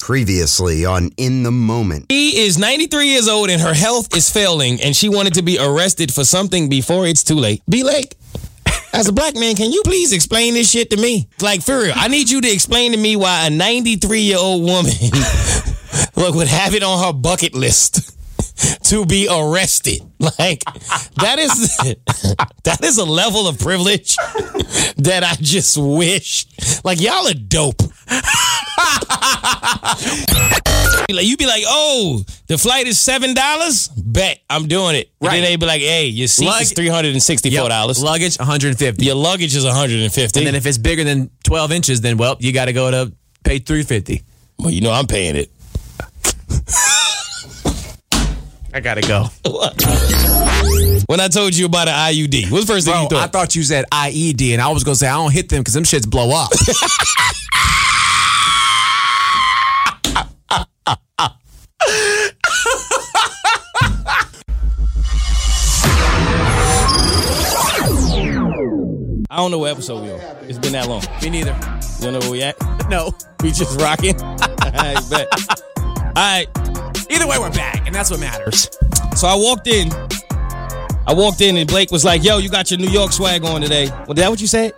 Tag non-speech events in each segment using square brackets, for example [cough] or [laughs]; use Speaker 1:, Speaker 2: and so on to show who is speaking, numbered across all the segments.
Speaker 1: Previously on In the Moment.
Speaker 2: She is 93 years old and her health is failing, and she wanted to be arrested for something before it's too late. Be Lake, as a black man, can you please explain this shit to me? Like, for real, I need you to explain to me why a 93 year old woman [laughs] look, would have it on her bucket list [laughs] to be arrested. Like, that is [laughs] that is a level of privilege [laughs] that I just wish. Like, y'all are dope. [laughs] Be like- you be like, oh, the flight is seven dollars. Bet I'm doing it. And
Speaker 3: Right.
Speaker 2: then they be like, hey, your seat is
Speaker 3: Lug-
Speaker 2: three hundred and sixty-four dollars.
Speaker 3: Luggage, 150.
Speaker 2: Your luggage is one hundred and fifty.
Speaker 3: And then if it's bigger than 12 inches, then well, you got to go to pay 350.
Speaker 2: well, you know I'm paying it.
Speaker 3: I got to go.
Speaker 2: When I told you about an IUD, what's the first thing
Speaker 3: Bro,
Speaker 2: you thought?
Speaker 3: I thought you said IED, and I was going to say, I don't hit them because them shits blow up.
Speaker 2: I don't know what episode we on. It's been that long.
Speaker 3: Me neither.
Speaker 2: You don't know where we at?
Speaker 3: No.
Speaker 2: [laughs] We just
Speaker 3: [laughs]
Speaker 2: rocking. [laughs] I bet. All right.
Speaker 3: [laughs] Either way, we're back, and that's what matters.
Speaker 2: So I walked in. I walked in and Blake was like, "Yo, you got your New York swag on today." Well, that what you said?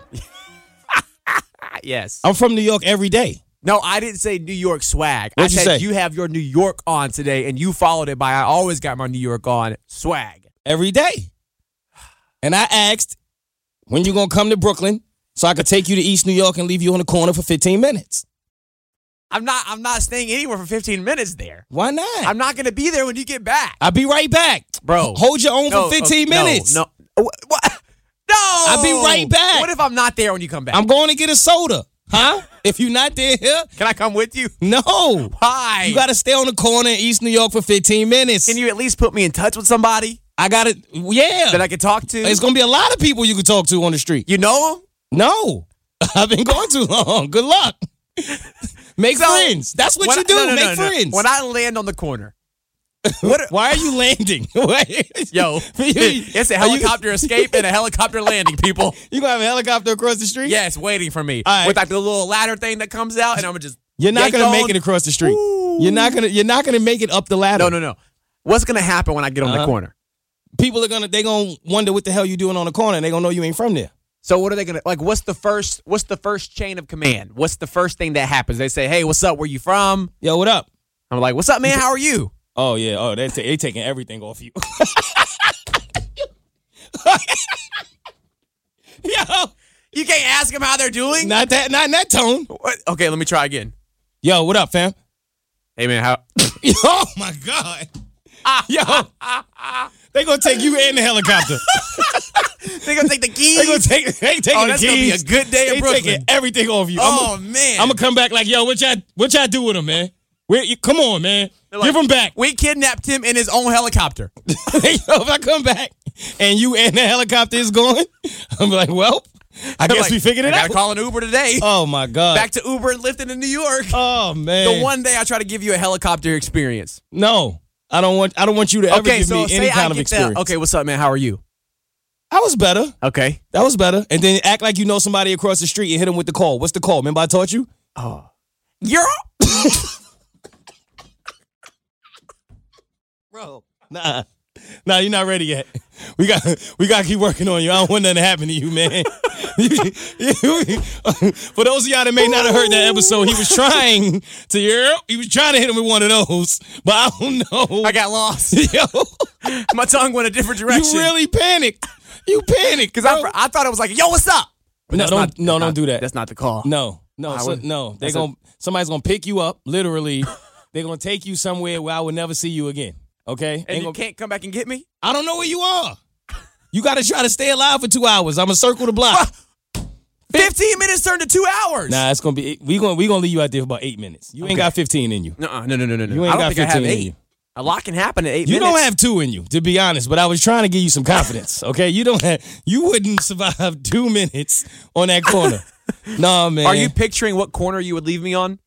Speaker 3: Yes.
Speaker 2: I'm from New York every day.
Speaker 3: No, I didn't say New York swag.
Speaker 2: What'd you
Speaker 3: I said
Speaker 2: say?
Speaker 3: you have your New York on today, and you followed it by I always got my New York on swag.
Speaker 2: every day. And I asked, when you gonna come to Brooklyn so I could take you to East New York and leave you on the corner for 15 minutes?
Speaker 3: I'm not. I'm not staying anywhere for 15 minutes there.
Speaker 2: Why not? i
Speaker 3: I'm not going to be there when you get back,
Speaker 2: will be right back.
Speaker 3: bro.
Speaker 2: Hold your own for 15
Speaker 3: okay, no,
Speaker 2: minutes.
Speaker 3: No, Wha- what? No, I'll
Speaker 2: be right back.
Speaker 3: What if I'm not there when you come back?
Speaker 2: I'm going to get a soda. Huh? if you're not there, [laughs]
Speaker 3: Can I come with you?
Speaker 2: no.
Speaker 3: Hi.
Speaker 2: You gotta stay on the corner in East New York for 15 minutes.
Speaker 3: Can you at least put me in touch with somebody
Speaker 2: I gotta yeah.
Speaker 3: that I can talk to?
Speaker 2: it's gonna be a lot of people you can talk to on the street.
Speaker 3: you know him?
Speaker 2: No. [laughs] I've been going too long. Good luck. [laughs] Make
Speaker 3: So,
Speaker 2: friends. That's what
Speaker 3: When
Speaker 2: you
Speaker 3: I-
Speaker 2: do.
Speaker 3: no, no, no,
Speaker 2: Make
Speaker 3: no.
Speaker 2: friends. [laughs]
Speaker 3: When I land on the corner, what?
Speaker 2: Why are you landing? [laughs] Wait. [laughs]
Speaker 3: Yo, [laughs] it's a
Speaker 2: Are you-
Speaker 3: helicopter escape and a helicopter landing, people.
Speaker 2: [laughs] You gonna have a helicopter across the street?
Speaker 3: Yes, waiting for me
Speaker 2: All right.
Speaker 3: with like the little ladder thing that comes out, and I'm gonna
Speaker 2: [laughs]
Speaker 3: just.
Speaker 2: You're not
Speaker 3: yank
Speaker 2: gonna
Speaker 3: on.
Speaker 2: make it across the street. You're not gonna. You're not gonna make it up the ladder.
Speaker 3: No, no, no. What's gonna happen when I get on
Speaker 2: Uh-huh.
Speaker 3: the corner?
Speaker 2: People are gonna. They gonna wonder what the hell you doing on the corner. and They gonna know you ain't from there.
Speaker 3: So what are they gonna like? What's the first? What's the first chain of command? What's the first thing that happens? They say, "Hey, what's up? Where you from?"
Speaker 2: Yo, what up?
Speaker 3: I'm like, "What's up, man? How are you?"
Speaker 2: Oh yeah. Oh, they ta- they taking everything off you. [laughs] Yo,
Speaker 3: You can't ask them how they're doing.
Speaker 2: not that. Not in that tone.
Speaker 3: What? Okay, let me try again.
Speaker 2: Yo, what up, fam? [laughs]
Speaker 3: Hey, man, how?
Speaker 2: oh my god. Yo, they gonna take you in the helicopter.
Speaker 3: they gonna take the keys.
Speaker 2: They gonna take they taking
Speaker 3: Oh,
Speaker 2: the
Speaker 3: that's gonna be
Speaker 2: keys.
Speaker 3: a good day in
Speaker 2: They
Speaker 3: Brooklyn.
Speaker 2: taking everything off you.
Speaker 3: oh
Speaker 2: I'm
Speaker 3: man,
Speaker 2: gonna come back like yo, what y'all what y'all do with him, man? Where you, come on, man,
Speaker 3: They're like,
Speaker 2: give him back. [laughs]
Speaker 3: We kidnapped him in his own helicopter.
Speaker 2: yo, if I come back and you and the helicopter is going, [laughs] I'm like, well, I guess
Speaker 3: Like,
Speaker 2: we figured it
Speaker 3: I
Speaker 2: out.
Speaker 3: Gotta call an Uber today.
Speaker 2: [laughs] oh my god.
Speaker 3: Back to Uber and Lyft in New York.
Speaker 2: oh man.
Speaker 3: the one day I try to give you a helicopter experience.
Speaker 2: No, I don't want I don't want you to ever
Speaker 3: okay,
Speaker 2: give
Speaker 3: so
Speaker 2: me
Speaker 3: say
Speaker 2: any
Speaker 3: I
Speaker 2: kind of
Speaker 3: get
Speaker 2: experience.
Speaker 3: The, okay, what's up, man? How are you?
Speaker 2: I was better.
Speaker 3: Okay.
Speaker 2: That was better. And then act like you know somebody across the street and hit him with the call. What's the call? Remember I taught you?
Speaker 3: You're
Speaker 2: Bro, nah. Nah, you're not ready yet. We got we gotta keep working on you. I don't want nothing to happen to you, man. [laughs] For those of y'all that may not have heard that episode, he was trying to yeah, he was trying to hit him with one of those, but I don't know.
Speaker 3: [laughs] I got lost.
Speaker 2: [laughs] Yo,
Speaker 3: My tongue went a different
Speaker 2: you
Speaker 3: direction.
Speaker 2: really panicked. You
Speaker 3: [laughs]
Speaker 2: panicked
Speaker 3: Because I,
Speaker 2: bro.
Speaker 3: I thought it was like, yo, what's up? But
Speaker 2: No,
Speaker 3: that's
Speaker 2: don't-
Speaker 3: not-
Speaker 2: no,
Speaker 3: that's
Speaker 2: don't
Speaker 3: not-
Speaker 2: do that.
Speaker 3: That's not the call.
Speaker 2: No, no,
Speaker 3: I
Speaker 2: so,
Speaker 3: would-
Speaker 2: no. They
Speaker 3: that's
Speaker 2: gonna somebody's gonna pick you up,
Speaker 3: [laughs]
Speaker 2: literally. They're gonna take you somewhere where I will never see you again. Okay? Ain't
Speaker 3: And you
Speaker 2: gonna-
Speaker 3: can't come back and get me?
Speaker 2: I don't know where you are. You gotta try to stay alive for two hours. I'm gonna circle the block.
Speaker 3: 15 minutes turned to two hours.
Speaker 2: Nah, it's gonna be we gonna we gonna leave you out there for about eight minutes. You ain't got fifteen in you.
Speaker 3: Nuh-uh, No, no, no, no, no.
Speaker 2: You ain't
Speaker 3: I don't
Speaker 2: got
Speaker 3: think I
Speaker 2: fifteen
Speaker 3: have
Speaker 2: in
Speaker 3: eight.
Speaker 2: you.
Speaker 3: A lot can happen in eight
Speaker 2: You
Speaker 3: minutes.
Speaker 2: don't have two in you, to be honest, but I was trying to give you some
Speaker 3: [laughs]
Speaker 2: confidence, okay? You don't have, you wouldn't survive [laughs] two minutes on that
Speaker 3: [laughs]
Speaker 2: corner. no, man.
Speaker 3: Are you picturing what corner you would leave me on?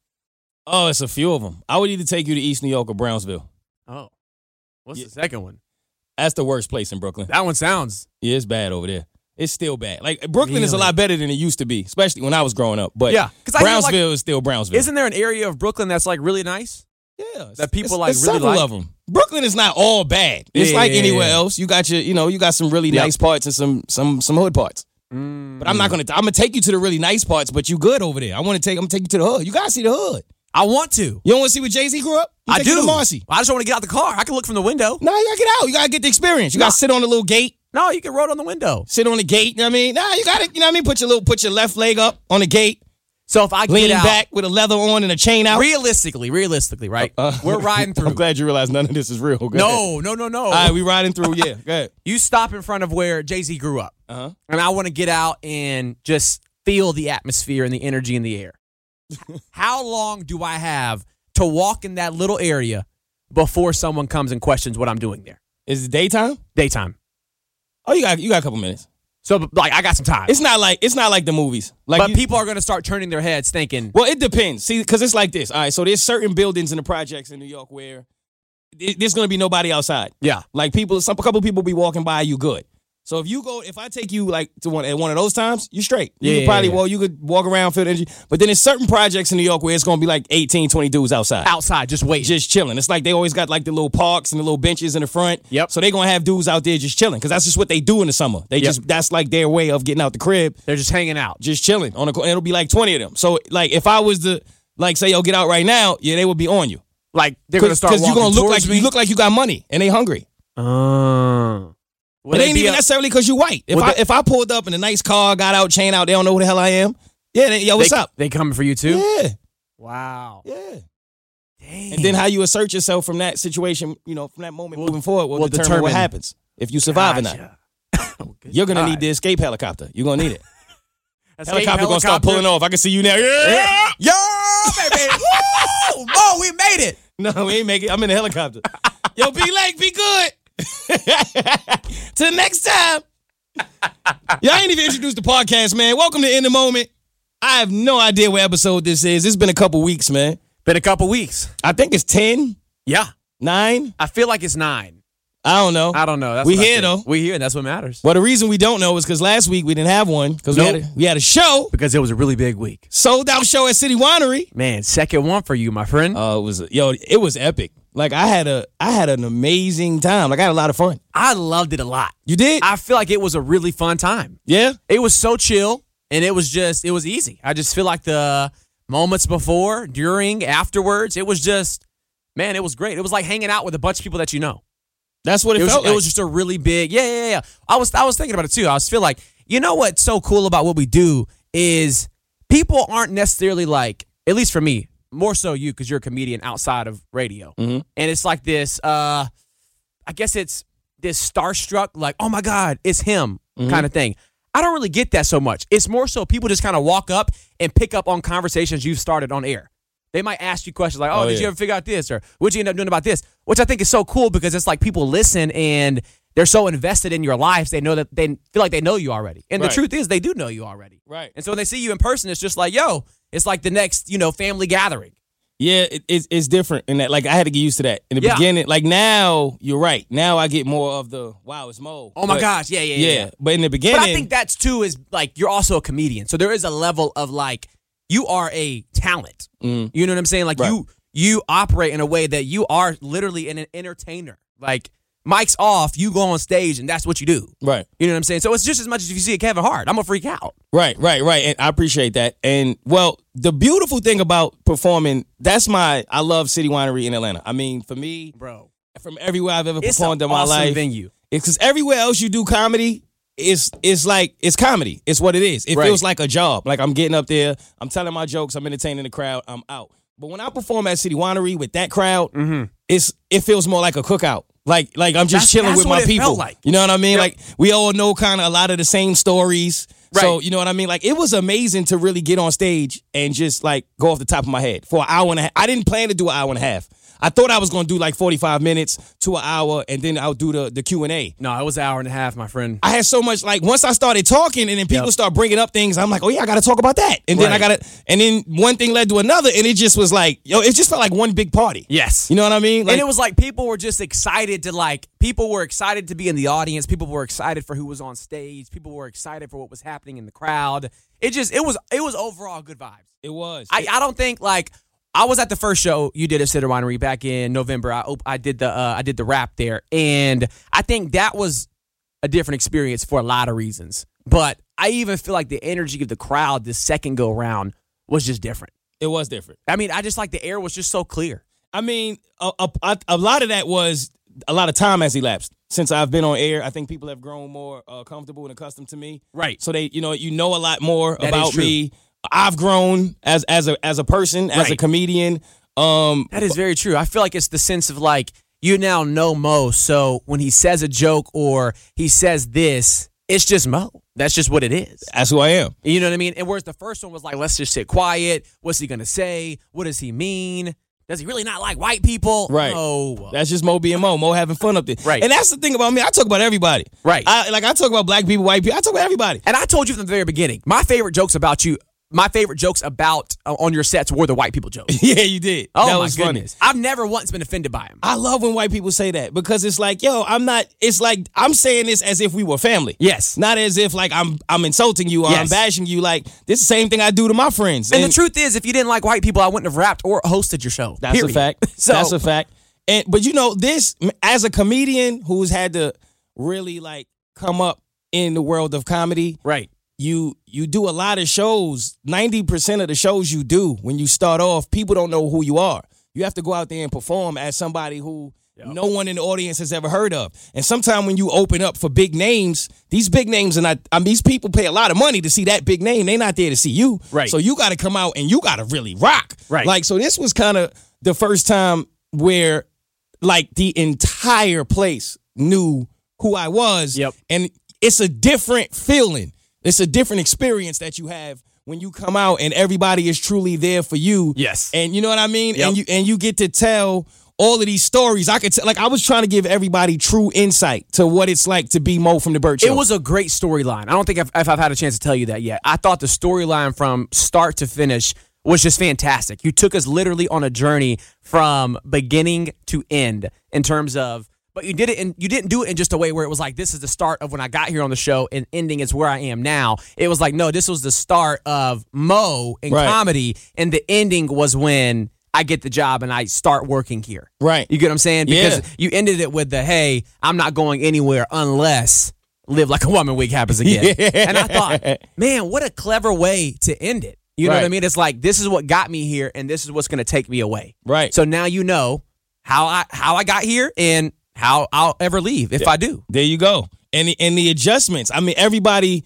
Speaker 2: Oh, it's a few of them. I would either take you to East New York or Brownsville.
Speaker 3: Oh, what's
Speaker 2: Yeah.
Speaker 3: the second one?
Speaker 2: That's the worst place in Brooklyn.
Speaker 3: That one sounds.
Speaker 2: Yeah, it's bad over there. It's still bad. Like Brooklyn is a
Speaker 3: Really?
Speaker 2: lot better than it used to be, especially when I was growing up. But
Speaker 3: Yeah, 'cause I hear, like-
Speaker 2: Brownsville is still Brownsville.
Speaker 3: Isn't there an area of Brooklyn that's like really nice?
Speaker 2: yeah, it's-
Speaker 3: that people,
Speaker 2: it's-
Speaker 3: like,
Speaker 2: it's
Speaker 3: really
Speaker 2: several
Speaker 3: like?
Speaker 2: of them. Brooklyn is not all bad. It's
Speaker 3: Yeah,
Speaker 2: like
Speaker 3: yeah, yeah,
Speaker 2: anywhere
Speaker 3: yeah.
Speaker 2: else. You got your, you know, you got some really
Speaker 3: Yep.
Speaker 2: nice parts and some some some hood parts. But I'm
Speaker 3: Mm.
Speaker 2: not gonna. I'm gonna take you to the really nice parts, but you good over there. I want to take. I'm gonna take you to the hood. You gotta see the hood.
Speaker 3: I want to.
Speaker 2: You don't want to see where Jay Z grew up? I'm
Speaker 3: I
Speaker 2: taking you
Speaker 3: do.
Speaker 2: to Marcy.
Speaker 3: I just want to get out the car. I can look from the window.
Speaker 2: Nah, you gotta get out. You gotta get the experience. You
Speaker 3: Nah.
Speaker 2: gotta sit on the little gate.
Speaker 3: No, you can roll on the window.
Speaker 2: sit on the gate. You know what I mean? Nah, you gotta, you know what I mean? Put your little, put your left leg up on the gate,
Speaker 3: So if I get
Speaker 2: lean
Speaker 3: out,
Speaker 2: back with a leather on and a chain out. Uh,
Speaker 3: realistically, realistically, right? We're riding
Speaker 2: [laughs]
Speaker 3: through.
Speaker 2: I'm glad you realize none of this is real. Go ahead.
Speaker 3: no, no, no, no.
Speaker 2: All right, we riding through. Yeah, go ahead.
Speaker 3: you stop in front of where Jay Z grew up,
Speaker 2: Uh-huh.
Speaker 3: and I want to get out and just feel the atmosphere and the energy in the
Speaker 2: [laughs]
Speaker 3: air. How long do I have to walk in that little area before someone comes and questions what I'm doing there?
Speaker 2: Is it daytime?
Speaker 3: Daytime.
Speaker 2: Oh, you got, you got a couple minutes.
Speaker 3: So like, I got some time.
Speaker 2: It's not like, it's not like the movies. Like,
Speaker 3: but
Speaker 2: you-
Speaker 3: people are going to start turning their heads, thinking,
Speaker 2: Well, it depends. See, because it's like this. All right, so there's certain buildings in the projects in New York where i- there's gonna be nobody outside.
Speaker 3: "Yeah,
Speaker 2: Like people, some a couple people be walking by, you good. So if you go, if I take you like to one at one of those times, you straight. You
Speaker 3: Yeah,
Speaker 2: could probably
Speaker 3: yeah, yeah.
Speaker 2: well, you could walk around, feel the energy. But then there's certain projects in New York where it's gonna be like 18, 20 dudes outside.
Speaker 3: outside, just wait."
Speaker 2: Just chilling. It's like they always got like the little parks and the little benches in the front.
Speaker 3: Yep.
Speaker 2: So they gonna have dudes out there just chilling because that's just what they do in the summer. They
Speaker 3: Yep.
Speaker 2: just that's like their way of getting out the crib,
Speaker 3: They're just hanging out.
Speaker 2: just chilling on the. co- It'll be like twenty of them. So like if I was to like say yo get out right now, yeah they would be on you
Speaker 3: Like they're going
Speaker 2: because
Speaker 3: to start.
Speaker 2: you
Speaker 3: walking
Speaker 2: gonna look
Speaker 3: towards
Speaker 2: like
Speaker 3: me. Uh.
Speaker 2: you look like you got money and they hungry.
Speaker 3: Oh.
Speaker 2: But it ain't even necessarily because you white. If
Speaker 3: Would
Speaker 2: I
Speaker 3: they-
Speaker 2: if I pulled up in a nice car, got out, chain out, they don't know who the hell I am. Yeah, they, yo, what's up?
Speaker 3: They coming for you too.
Speaker 2: Yeah,
Speaker 3: Wow.
Speaker 2: yeah.
Speaker 3: Dang.
Speaker 2: And then how you assert yourself from that situation, you know, from that moment
Speaker 3: Will-
Speaker 2: moving forward will,
Speaker 3: will
Speaker 2: determine, what
Speaker 3: determine-
Speaker 2: happens if you survive or not.
Speaker 3: Gotcha. Oh, good
Speaker 2: You're gonna
Speaker 3: God.
Speaker 2: need the escape helicopter. You're gonna need it.
Speaker 3: Escape
Speaker 2: helicopter, gonna start pulling off. I can see you now. Yeah.
Speaker 3: Yeah, yeah [laughs] baby. Woo! Oh, we made it.
Speaker 2: No, we ain't make it. I'm in the [laughs] helicopter. yo, be late, be good. [laughs] Till next time. Y'all ain't even introduced the podcast, man. Welcome to In the Moment. I have no idea what episode this is. It's been a couple weeks, man.
Speaker 3: Been a couple weeks.
Speaker 2: I think it's 10,
Speaker 3: Yeah.
Speaker 2: 9.
Speaker 3: I feel like it's nine.
Speaker 2: I don't know.
Speaker 3: I don't know. That's
Speaker 2: We
Speaker 3: what I
Speaker 2: here,
Speaker 3: think.
Speaker 2: though.
Speaker 3: We here, and that's what matters.
Speaker 2: Well, the reason we don't know is because last week we didn't have one because we,
Speaker 3: Nope.
Speaker 2: had a- we had a show,
Speaker 3: Because it was a really big week.
Speaker 2: sold out show at City Winery.
Speaker 3: Man, second one for you, my friend.
Speaker 2: Uh, it was yo, it was epic. Like I had a, I had an amazing time. Like I had a lot of fun.
Speaker 3: I loved it a lot.
Speaker 2: You did?
Speaker 3: I feel like it was a really fun time.
Speaker 2: yeah.
Speaker 3: It was so chill, and it was just, it was easy. I just feel like the moments before, during, afterwards, it was just, man, it was great. It was like hanging out with a bunch of people that you know.
Speaker 2: That's what it,
Speaker 3: It was,
Speaker 2: felt.
Speaker 3: it
Speaker 2: like.
Speaker 3: was just a really big, yeah, yeah, yeah. I was, I was thinking about it too. I was feel like, you know what's so cool about what we do is people aren't necessarily like, at least for me, more so you because you're a comedian outside of radio,
Speaker 2: Mhm.
Speaker 3: and it's like this. uh I guess it's this starstruck, like, oh my god, it's him
Speaker 2: Mm-hmm.
Speaker 3: kind of thing. I don't really get that so much. It's more so people just kind of walk up and pick up on conversations you've started on air. They might ask you questions like, "Oh,
Speaker 2: Oh,
Speaker 3: did
Speaker 2: yeah.
Speaker 3: you ever figure out this?" or "What'd you end up doing about this?" Which I think is so cool because it's like people listen and they're so invested in your lives. They know that they feel like they know you already, and
Speaker 2: Right.
Speaker 3: the truth is they do know you already.
Speaker 2: right.
Speaker 3: And so when they see you in person, it's just like, "Yo," it's like the next you know family gathering.
Speaker 2: Yeah, it, it's it's different in that. Like I had to get used to that in the
Speaker 3: Yeah.
Speaker 2: beginning. Like now, you're right. Now I get more of the wow, it's Mo.
Speaker 3: Oh my
Speaker 2: But-
Speaker 3: gosh, yeah, yeah,
Speaker 2: Yeah,
Speaker 3: yeah. yeah.
Speaker 2: but in the beginning,
Speaker 3: But I think that's too is like you're also a comedian, so there is a level of like you are a talent.
Speaker 2: Mm.
Speaker 3: You know what I'm saying? Like
Speaker 2: Right.
Speaker 3: you you operate in a way that you are literally an entertainer. Like mic's off, you go on stage, and that's what you do.
Speaker 2: right,
Speaker 3: You know what I'm saying? So it's just as much as if you see a Kevin Hart, I'm gonna freak out.
Speaker 2: right, right, right. And I appreciate that. And well, the beautiful thing about performing, that's my. I love City Winery in Atlanta. I mean, for me,
Speaker 3: Bro,
Speaker 2: from everywhere I've ever
Speaker 3: it's an
Speaker 2: performed
Speaker 3: awesome
Speaker 2: in my life,
Speaker 3: venue.
Speaker 2: It's because everywhere else you do comedy, it's it's like it's comedy. It's what it is. It
Speaker 3: Right.
Speaker 2: feels like a job. Like I'm getting up there, I'm telling my jokes, I'm entertaining the crowd, I'm out. But when I perform at City Winery with that crowd, it's it feels more like a cookout. Like like I'm just
Speaker 3: Mm-hmm. That's-
Speaker 2: chilling
Speaker 3: that's
Speaker 2: with
Speaker 3: what
Speaker 2: my
Speaker 3: it felt
Speaker 2: people.
Speaker 3: like.
Speaker 2: You know what I mean? Like we all know kind of a lot of the same stories. So
Speaker 3: Right.
Speaker 2: you know what I mean? Like it was amazing to really get on stage and just like go off the top of my head for an hour and a half. I didn't plan to do an hour and a half. I thought I was gonna do like 45 minutes to an hour, and then I'll do the the Q and A.
Speaker 3: No, it was an hour and a half, my friend.
Speaker 2: I had so much like once I started talking, and then people
Speaker 3: Yep.
Speaker 2: start bringing up things. I'm like, oh yeah, I gotta talk about that, and then I
Speaker 3: Right.
Speaker 2: gotta, and then one thing led to another, and it just was like, yo, it just felt like one big party.
Speaker 3: Yes.
Speaker 2: you know what I mean. Like,
Speaker 3: and it was like people were just excited to like people were excited to be in the audience. People were excited for who was on stage. People were excited for what was happening in the crowd. It just it was it was overall good vibes.
Speaker 2: it was.
Speaker 3: I, I don't think like I was at the first show you did at Cider Winery back in November. I op- I did the uh, I did the rap there, and I think that was a different experience for a lot of reasons. But I even feel like the energy of the crowd this second go round was just different.
Speaker 2: it was different.
Speaker 3: I mean, I just like the air was just so clear.
Speaker 2: I mean, a, a- a, a lot of that was a lot of time has elapsed since I've been on air. I think people have grown more uh, comfortable and accustomed to me.
Speaker 3: Right.
Speaker 2: So they, you know, you know a lot more
Speaker 3: is
Speaker 2: about
Speaker 3: true.
Speaker 2: me. I've grown as as a as a person, as a
Speaker 3: Right.
Speaker 2: comedian. Um,
Speaker 3: That is very true. I feel like it's the sense of like you now know Mo, so when he says a joke or he says this, it's just Mo. That's just what it is.
Speaker 2: that's who I am.
Speaker 3: You know what I mean? And whereas the first one was like, let's just sit quiet. What's he gonna say? What does he mean? Does he really not like white people?
Speaker 2: Right.
Speaker 3: No.
Speaker 2: That's just Mo being Mo. Mo having fun up there.
Speaker 3: Right.
Speaker 2: And that's the thing about me. I talk about everybody.
Speaker 3: Right.
Speaker 2: I, like I talk about black people, white people. I talk about everybody. [laughs]
Speaker 3: and I told you from the very beginning, my favorite jokes about you, my favorite jokes about uh, on your sets were the white people jokes.
Speaker 2: [laughs] yeah, you did.
Speaker 3: Oh
Speaker 2: that
Speaker 3: my
Speaker 2: was funny.
Speaker 3: goodness! I've never once been offended by him.
Speaker 2: I love when white people say that because it's like, yo, I'm not. It's like I'm saying this as if we were family.
Speaker 3: Yes.
Speaker 2: Not as if like I'm I'm insulting you or I'm
Speaker 3: Yes.
Speaker 2: bashing you. Like this is the same thing I do to my friends.
Speaker 3: And, the truth is, if you didn't like white people, I wouldn't have rapped or hosted your show.
Speaker 2: That's
Speaker 3: Period.
Speaker 2: a
Speaker 3: [laughs]
Speaker 2: fact.
Speaker 3: So
Speaker 2: that's a fact. And but you know this as a comedian who's had to really like come up in the world of comedy.
Speaker 3: right.
Speaker 2: you you do a lot of shows. Ninety percent of the shows you do when you start off, people don't know who you are. You have to go out there and perform as somebody who no one in the audience has ever heard of. And sometimes when you open up for big names, these big names are not. I mean, these people pay a lot of money to see that big name. They're not there to see you.
Speaker 3: Right.
Speaker 2: So you got to come out and you got to really rock.
Speaker 3: Right.
Speaker 2: Like so, this was kind of the first time where like the entire place knew who I was.
Speaker 3: Yep.
Speaker 2: And it's a different feeling. It's a different experience that you have when you come out and everybody is truly there for you.
Speaker 3: Yes.
Speaker 2: And you know what I mean?
Speaker 3: Yep.
Speaker 2: And you and you get to tell all of these stories. I could tell like I was trying to give everybody true insight to what it's like to be Mo from the Bird Show.
Speaker 3: It was a great storyline. I don't think I've, if I've had a chance to tell you that yet. I thought the storyline from start to finish was just fantastic. You took us literally on a journey from beginning to end in terms of, but you did it and you didn't do it in just a way where it was like this is the start of when I got here on the show and ending is where I am now. It was like no, this was the start of Mo in
Speaker 2: Right.
Speaker 3: comedy, and the ending was when. I get the job and I start working here.
Speaker 2: Right.
Speaker 3: You get what I'm saying?
Speaker 2: Yeah.
Speaker 3: Because you ended it with the hey, I'm not going anywhere unless live like a woman week
Speaker 2: [laughs]
Speaker 3: happens again. And I thought, man, what a clever way to end it. You know what I
Speaker 2: Right.
Speaker 3: mean? It's like this is what got me here and this is what's going to take me away.
Speaker 2: Right.
Speaker 3: So now you know how I how I got here and how I'll ever leave if I do.
Speaker 2: There you go. And the, and the adjustments. I mean, everybody,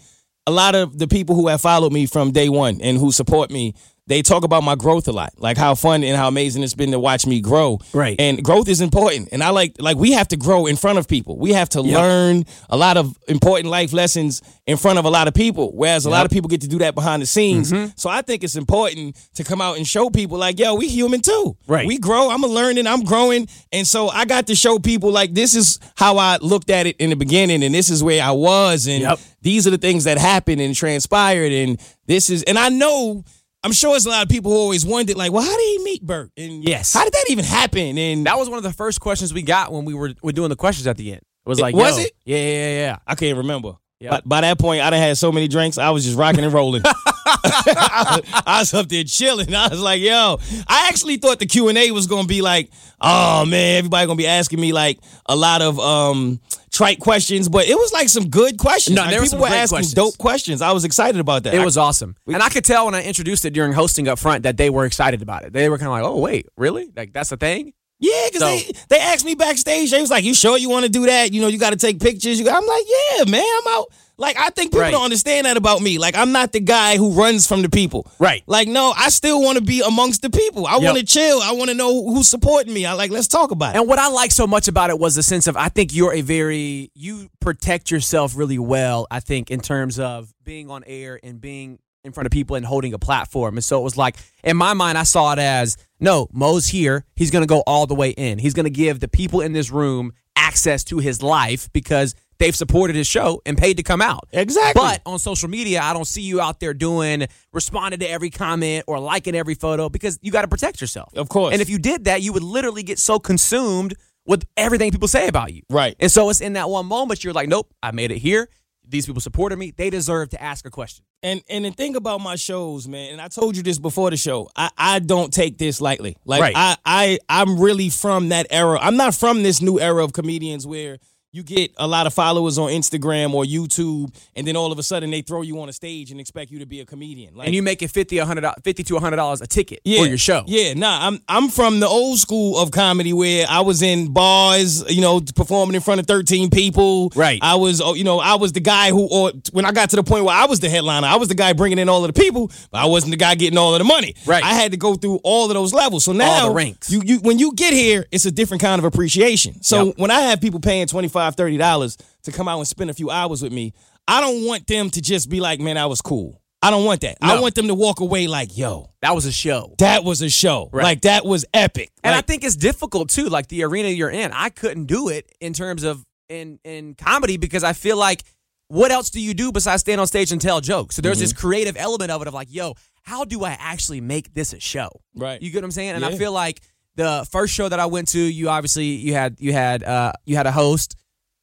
Speaker 2: a lot of the people who have followed me from day one and who support me, they talk about my growth a lot, like how fun and how amazing it's been to watch me grow.
Speaker 3: Right.
Speaker 2: And growth is important. And I like like we have to grow in front of people. We have to
Speaker 3: Yep.
Speaker 2: learn a lot of important life lessons in front of a lot of people. Whereas a lot of people get to do that behind the scenes.
Speaker 3: Mm-hmm.
Speaker 2: So I think it's important to come out and show people like, yo, we human too.
Speaker 3: Right.
Speaker 2: We grow. I'm a learning. I'm growing. And so I got to show people like this is how I looked at it in the beginning, and this is where I was, and
Speaker 3: Yep.
Speaker 2: these are the things that happened and transpired, and this is. And I know, I'm sure it's a lot of people who always wondered, like, well, how did he meet Bert? And
Speaker 3: Yes.
Speaker 2: how did that even happen? And
Speaker 3: That was one of the first questions we got when we were, were doing the questions at the end. It was
Speaker 2: It-
Speaker 3: like,
Speaker 2: was
Speaker 3: yo,
Speaker 2: it?
Speaker 3: Yeah, yeah, yeah, yeah.
Speaker 2: I can't remember.
Speaker 3: Yep.
Speaker 2: But By, that point, I done had so many drinks, I was just rocking and
Speaker 3: [laughs]
Speaker 2: rolling. [laughs] I, was, I was up there chilling. I was like, "Yo!" I actually thought the Q and A was gonna be like, "Oh man, everybody gonna be asking me like a lot of um trite questions," but it was like some good questions.
Speaker 3: No,
Speaker 2: Like,
Speaker 3: there were
Speaker 2: people
Speaker 3: some
Speaker 2: were
Speaker 3: great
Speaker 2: asking
Speaker 3: questions.
Speaker 2: dope questions. I was excited about that.
Speaker 3: It
Speaker 2: I-
Speaker 3: was awesome. And I could tell when I introduced it during hosting up front that they were excited about it. They were kind of like, oh, wait, really? Like, that's a thing?
Speaker 2: yeah, because
Speaker 3: So-
Speaker 2: they they asked me backstage. They was like, "You sure you want to do that? You know, you got to take pictures." You, got-" I'm like, "Yeah, man, I'm out." Like I think people
Speaker 3: Right.
Speaker 2: don't understand that about me. Like I'm not the guy who runs from the people.
Speaker 3: Right.
Speaker 2: Like, no, I still want to be amongst the people. I
Speaker 3: Yep.
Speaker 2: want to chill. I want to know who's supporting me. I like, let's talk about it.
Speaker 3: And what I like so much about it was the sense of I think you're a very you protect yourself really well. I think in terms of being on air and being in front of people and holding a platform. And so it was like, in my mind, I saw it as no, Mo's here. He's going to go all the way in. He's going to give the people in this room access to his life because they've supported his show and paid to come out.
Speaker 2: Exactly.
Speaker 3: But on social media, I don't see you out there doing, responding to every comment or liking every photo because you got to protect yourself.
Speaker 2: Of course.
Speaker 3: And if you did that, you would literally get so consumed with everything people say about you.
Speaker 2: Right.
Speaker 3: And so it's in that one moment you're like, nope, I made it here. These people supported me. They deserve to ask a question.
Speaker 2: And and the thing about my shows, man, and I told you this before the show, I, I don't take this lightly. Like
Speaker 3: Right.
Speaker 2: I, I I'm really from that era. I'm not from this new era of comedians where you get a lot of followers on Instagram or YouTube, and then all of a sudden they throw you on a stage and expect you to be a comedian. Like
Speaker 3: And you make it 50, 100, 50 to $100 a ticket for your show.
Speaker 2: Yeah, nah, I'm I'm from the old school of comedy where I was in bars, you know, performing in front of 13 people.
Speaker 3: Right.
Speaker 2: I was, oh, you know, I was the guy who, or when I got to the point where I was the headliner, I was the guy bringing in all of the people, but I wasn't the guy getting all of the money.
Speaker 3: Right.
Speaker 2: I had to go through all of those levels. So now,
Speaker 3: the ranks.
Speaker 2: You, you, when you get here, it's a different kind of appreciation. So
Speaker 3: Yep.
Speaker 2: when I have people paying 25 $30 to come out and spend a few hours with me, I don't want them to just be like, man, I was cool. I don't want that. I
Speaker 3: No.
Speaker 2: want them to walk away like, yo,
Speaker 3: That was a show.
Speaker 2: that was a show.
Speaker 3: Right.
Speaker 2: Like that was epic.
Speaker 3: And I
Speaker 2: Like,
Speaker 3: think it's difficult too, like the arena you're in. I couldn't do it in terms of in in comedy because I feel like what else do you do besides stand on stage and tell jokes? So there's this
Speaker 2: Mm-hmm.
Speaker 3: creative element of it of like, yo, how do I actually make this a show?
Speaker 2: Right.
Speaker 3: You get what I'm saying? And I
Speaker 2: Yeah.
Speaker 3: feel like the first show that I went to, you obviously you had you had uh you had a host,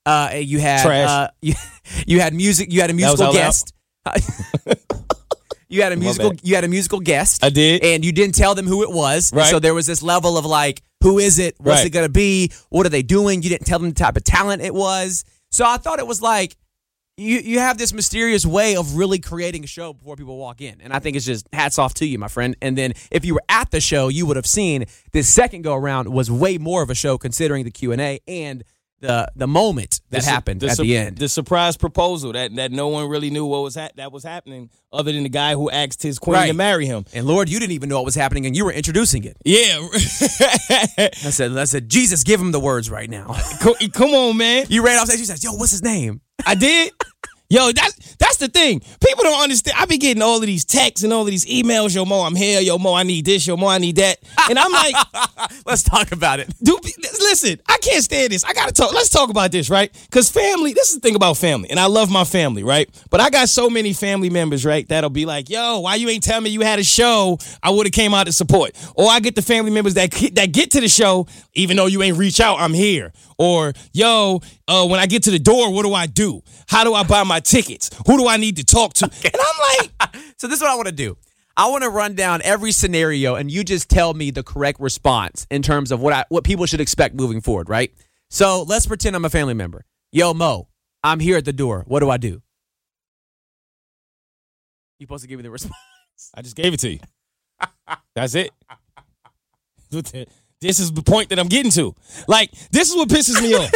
Speaker 3: uh you had
Speaker 2: Trash.
Speaker 3: uh [laughs] you, you had music you had a
Speaker 2: That was
Speaker 3: musical
Speaker 2: all out.
Speaker 3: guest. [laughs] you had a musical
Speaker 2: bad.
Speaker 3: you had a musical guest.
Speaker 2: I did.
Speaker 3: And you didn't tell them who it was. And
Speaker 2: Right.
Speaker 3: So there was this level of like, who is it? What's
Speaker 2: Right.
Speaker 3: it going to be? What are they doing? You didn't tell them the type of talent it was. So I thought it was like, you, you have this mysterious way of really creating a show before people walk in. And I think it's just hats off to you, my friend. And then if you were at the show, you would have seen this second go around was way more of a show considering the Q&A and the the moment that
Speaker 2: the su-
Speaker 3: happened at
Speaker 2: su-
Speaker 3: the end.
Speaker 2: The surprise proposal that, that no one really knew what was ha- that was happening other than the guy who asked his queen to
Speaker 3: Right.
Speaker 2: marry him.
Speaker 3: and Lord, you didn't even know what was happening and you were introducing it.
Speaker 2: Yeah. [laughs]
Speaker 3: I said, I said, Jesus, give him the words right now.
Speaker 2: Co- Come on, man.
Speaker 3: You ran off stage. You said, "Yo, what's his name?" [laughs]
Speaker 2: I did. Yo, that's that's the thing. People don't understand. I be getting all of these texts and all of these emails. Yo, Mo, I'm here. Yo, Mo, I need this. Yo, Mo, I need that. And I'm like,
Speaker 3: Let's talk about it.
Speaker 2: Do pe- listen, I can't stand this. I gotta talk. Let's talk about this, right? Because family, this is the thing about family, and I love my family, right? But I got so many family members, right, that'll be like, "Yo, why you ain't tell me you had a show? I would have came out to support." Or I get the family members that ki- that get to the show, even though you ain't reach out, I'm here. Or yo, uh, when I get to the door, what do I do? How do I buy my tickets? Who do I need to talk to? And I'm like,
Speaker 3: So this is what I want to do. I want to run down every scenario, and you just tell me the correct response in terms of what I what people should expect moving forward. Right. So let's pretend I'm a family member. Yo, Mo, I'm here at the door. What do I do? You supposed to give me
Speaker 2: [laughs]
Speaker 3: the response.
Speaker 2: I just gave it to you. That's it. This is the point that I'm getting to. Like, this is what pisses me off.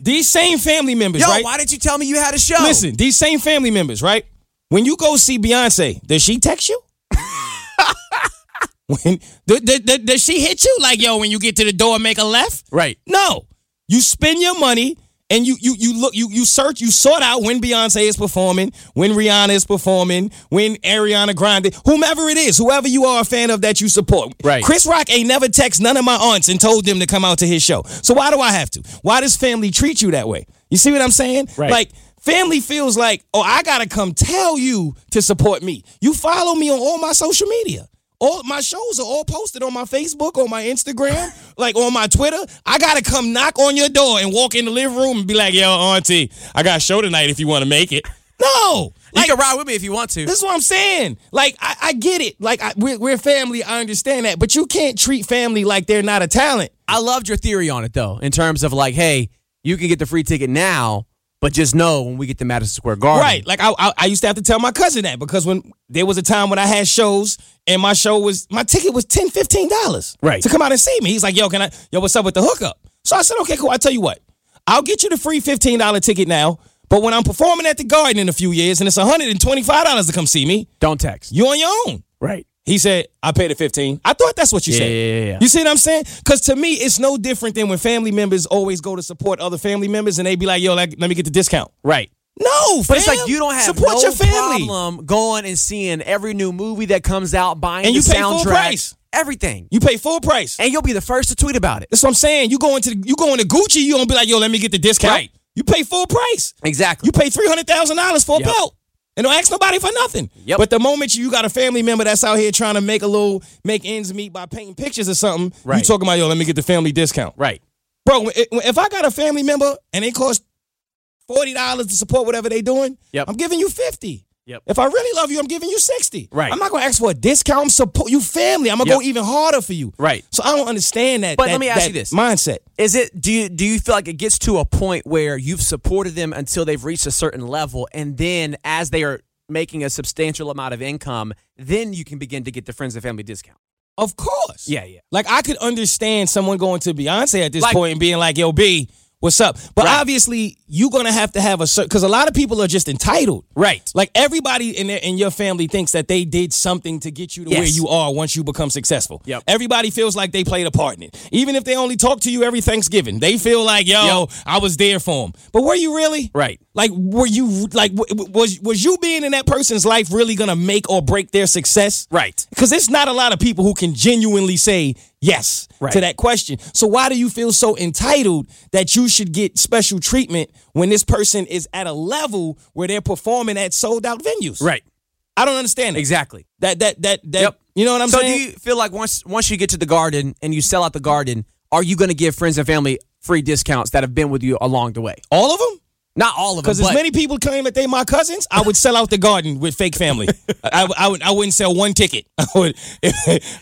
Speaker 2: These same family members,
Speaker 3: Yo,
Speaker 2: right?
Speaker 3: why didn't you tell me you had a show?
Speaker 2: Listen, these same family members, right? When you go see Beyonce, does she text
Speaker 3: [laughs]
Speaker 2: you? when d- d- d- does she hit you? Like, yo, when you get to the door, make a left.
Speaker 3: Right.
Speaker 2: No, you spend your money and you you you look you you search you sort out when Beyonce is performing, when Rihanna is performing, when Ariana Grande, whomever it is, whoever you are a fan of that you support.
Speaker 3: Right.
Speaker 2: Chris Rock ain't never text none of my aunts and told them to come out to his show. So why do I have to? Why does family treat you that way? You see what I'm saying?
Speaker 3: Right.
Speaker 2: Like family feels like, oh, I gotta come tell you to support me. You follow me on all my social media. All my shows are all posted on my Facebook, on my Instagram, like on my Twitter. I gotta come knock on your door and walk in the living room and be like, yo, auntie, I got a show tonight if you wanna make it. No.
Speaker 3: [laughs] You can ride with me if you want to.
Speaker 2: This is what I'm saying. Like, I, I get it. Like, I, we're, we're family. I understand that. But you can't treat family like they're not a talent.
Speaker 3: I loved your theory on it though, in terms of like, hey, you can get the free ticket now, but just know when we get to Madison Square Garden,
Speaker 2: Right. Like, I, I, I used to have to tell my cousin that because when there was a time when I had shows and my show was, my ticket was $10, $15
Speaker 3: Right.
Speaker 2: to come out and see me. He's like, yo, can I, yo, what's up with the hookup? So I said, okay, cool. I'll tell you what. I'll get you the free $15 ticket now. But when I'm performing at the Garden in a few years and it's $125 to come see me,
Speaker 3: Don't text.
Speaker 2: you on your own.
Speaker 3: Right.
Speaker 2: He said, I paid the 15. I thought that's what you
Speaker 3: Yeah,
Speaker 2: said.
Speaker 3: yeah, yeah, yeah.
Speaker 2: You see what I'm saying? Because to me, it's no different than when family members always go to support other family members and they be like, yo, like, let me get the discount.
Speaker 3: Right.
Speaker 2: No,
Speaker 3: But it's
Speaker 2: fam.
Speaker 3: like you don't have
Speaker 2: support
Speaker 3: no
Speaker 2: your family.
Speaker 3: problem going and seeing every new movie that comes out, buying
Speaker 2: And
Speaker 3: the
Speaker 2: you pay full
Speaker 3: soundtrack,
Speaker 2: price.
Speaker 3: everything,
Speaker 2: You pay full price.
Speaker 3: and you'll be the first to tweet about it.
Speaker 2: That's what I'm saying. You go into you go into Gucci, you gonna be like, yo, let me get the discount.
Speaker 3: Right.
Speaker 2: You pay full price.
Speaker 3: Exactly.
Speaker 2: You pay three hundred thousand dollars for a
Speaker 3: Yep.
Speaker 2: belt, and don't ask nobody for nothing.
Speaker 3: Yep.
Speaker 2: But the moment you got a family member that's out here trying to make a little make ends meet by painting pictures or something, you
Speaker 3: Right.
Speaker 2: talking about yo, let me get the family discount,
Speaker 3: right.
Speaker 2: bro? i- If I got a family member and it costs forty dollars to support whatever they doing,
Speaker 3: Yep.
Speaker 2: I'm giving you fifty.
Speaker 3: Yep.
Speaker 2: If I really love you, I'm giving you sixty.
Speaker 3: Right.
Speaker 2: I'm not gonna ask for a discount. I'm support you family. I'm gonna
Speaker 3: Yep.
Speaker 2: go even harder for you.
Speaker 3: Right.
Speaker 2: So I don't understand that.
Speaker 3: But
Speaker 2: that-
Speaker 3: let me ask
Speaker 2: that
Speaker 3: you this.
Speaker 2: mindset.
Speaker 3: Is it do you do you feel like it gets to a point where you've supported them until they've reached a certain level and then as they are making a substantial amount of income, then you can begin to get the friends and family discount.
Speaker 2: Of course.
Speaker 3: Yeah, yeah.
Speaker 2: Like I could understand someone going to Beyonce at this
Speaker 3: Like-
Speaker 2: point and being like, "Yo, B, what's up?" But
Speaker 3: Right.
Speaker 2: obviously, you're gonna have to have a certain because a lot of people are just entitled.
Speaker 3: Right.
Speaker 2: Like everybody in their, in your family thinks that they did something to get you to where
Speaker 3: Yes.
Speaker 2: you are once you become successful.
Speaker 3: Yep.
Speaker 2: Everybody feels like they played a part in it, even if they only talk to you every Thanksgiving. They feel like, "Yo, I was there for them." But were you really?
Speaker 3: Right.
Speaker 2: Like, were you like w- w- was was you being in that person's life really gonna make or break their success?
Speaker 3: Right.
Speaker 2: Because it's not a lot of people who can genuinely say yes
Speaker 3: Right.
Speaker 2: to that question. So why do you feel so entitled that you should get special treatment when this person is at a level where they're performing at sold out venues?
Speaker 3: Right.
Speaker 2: I don't understand that.
Speaker 3: Exactly.
Speaker 2: That that that that.
Speaker 3: Yep.
Speaker 2: You know what I'm
Speaker 3: so
Speaker 2: saying?
Speaker 3: do you feel like once once you get to the garden and you sell out the garden, are you going to give friends and family free discounts that have been with you along the way?
Speaker 2: All of them.
Speaker 3: Not all of them,
Speaker 2: Because as
Speaker 3: but-
Speaker 2: many people claim that they my cousins, I would sell out the garden with fake
Speaker 3: [laughs]
Speaker 2: family. I, I, would, I wouldn't sell one ticket. [laughs] I would,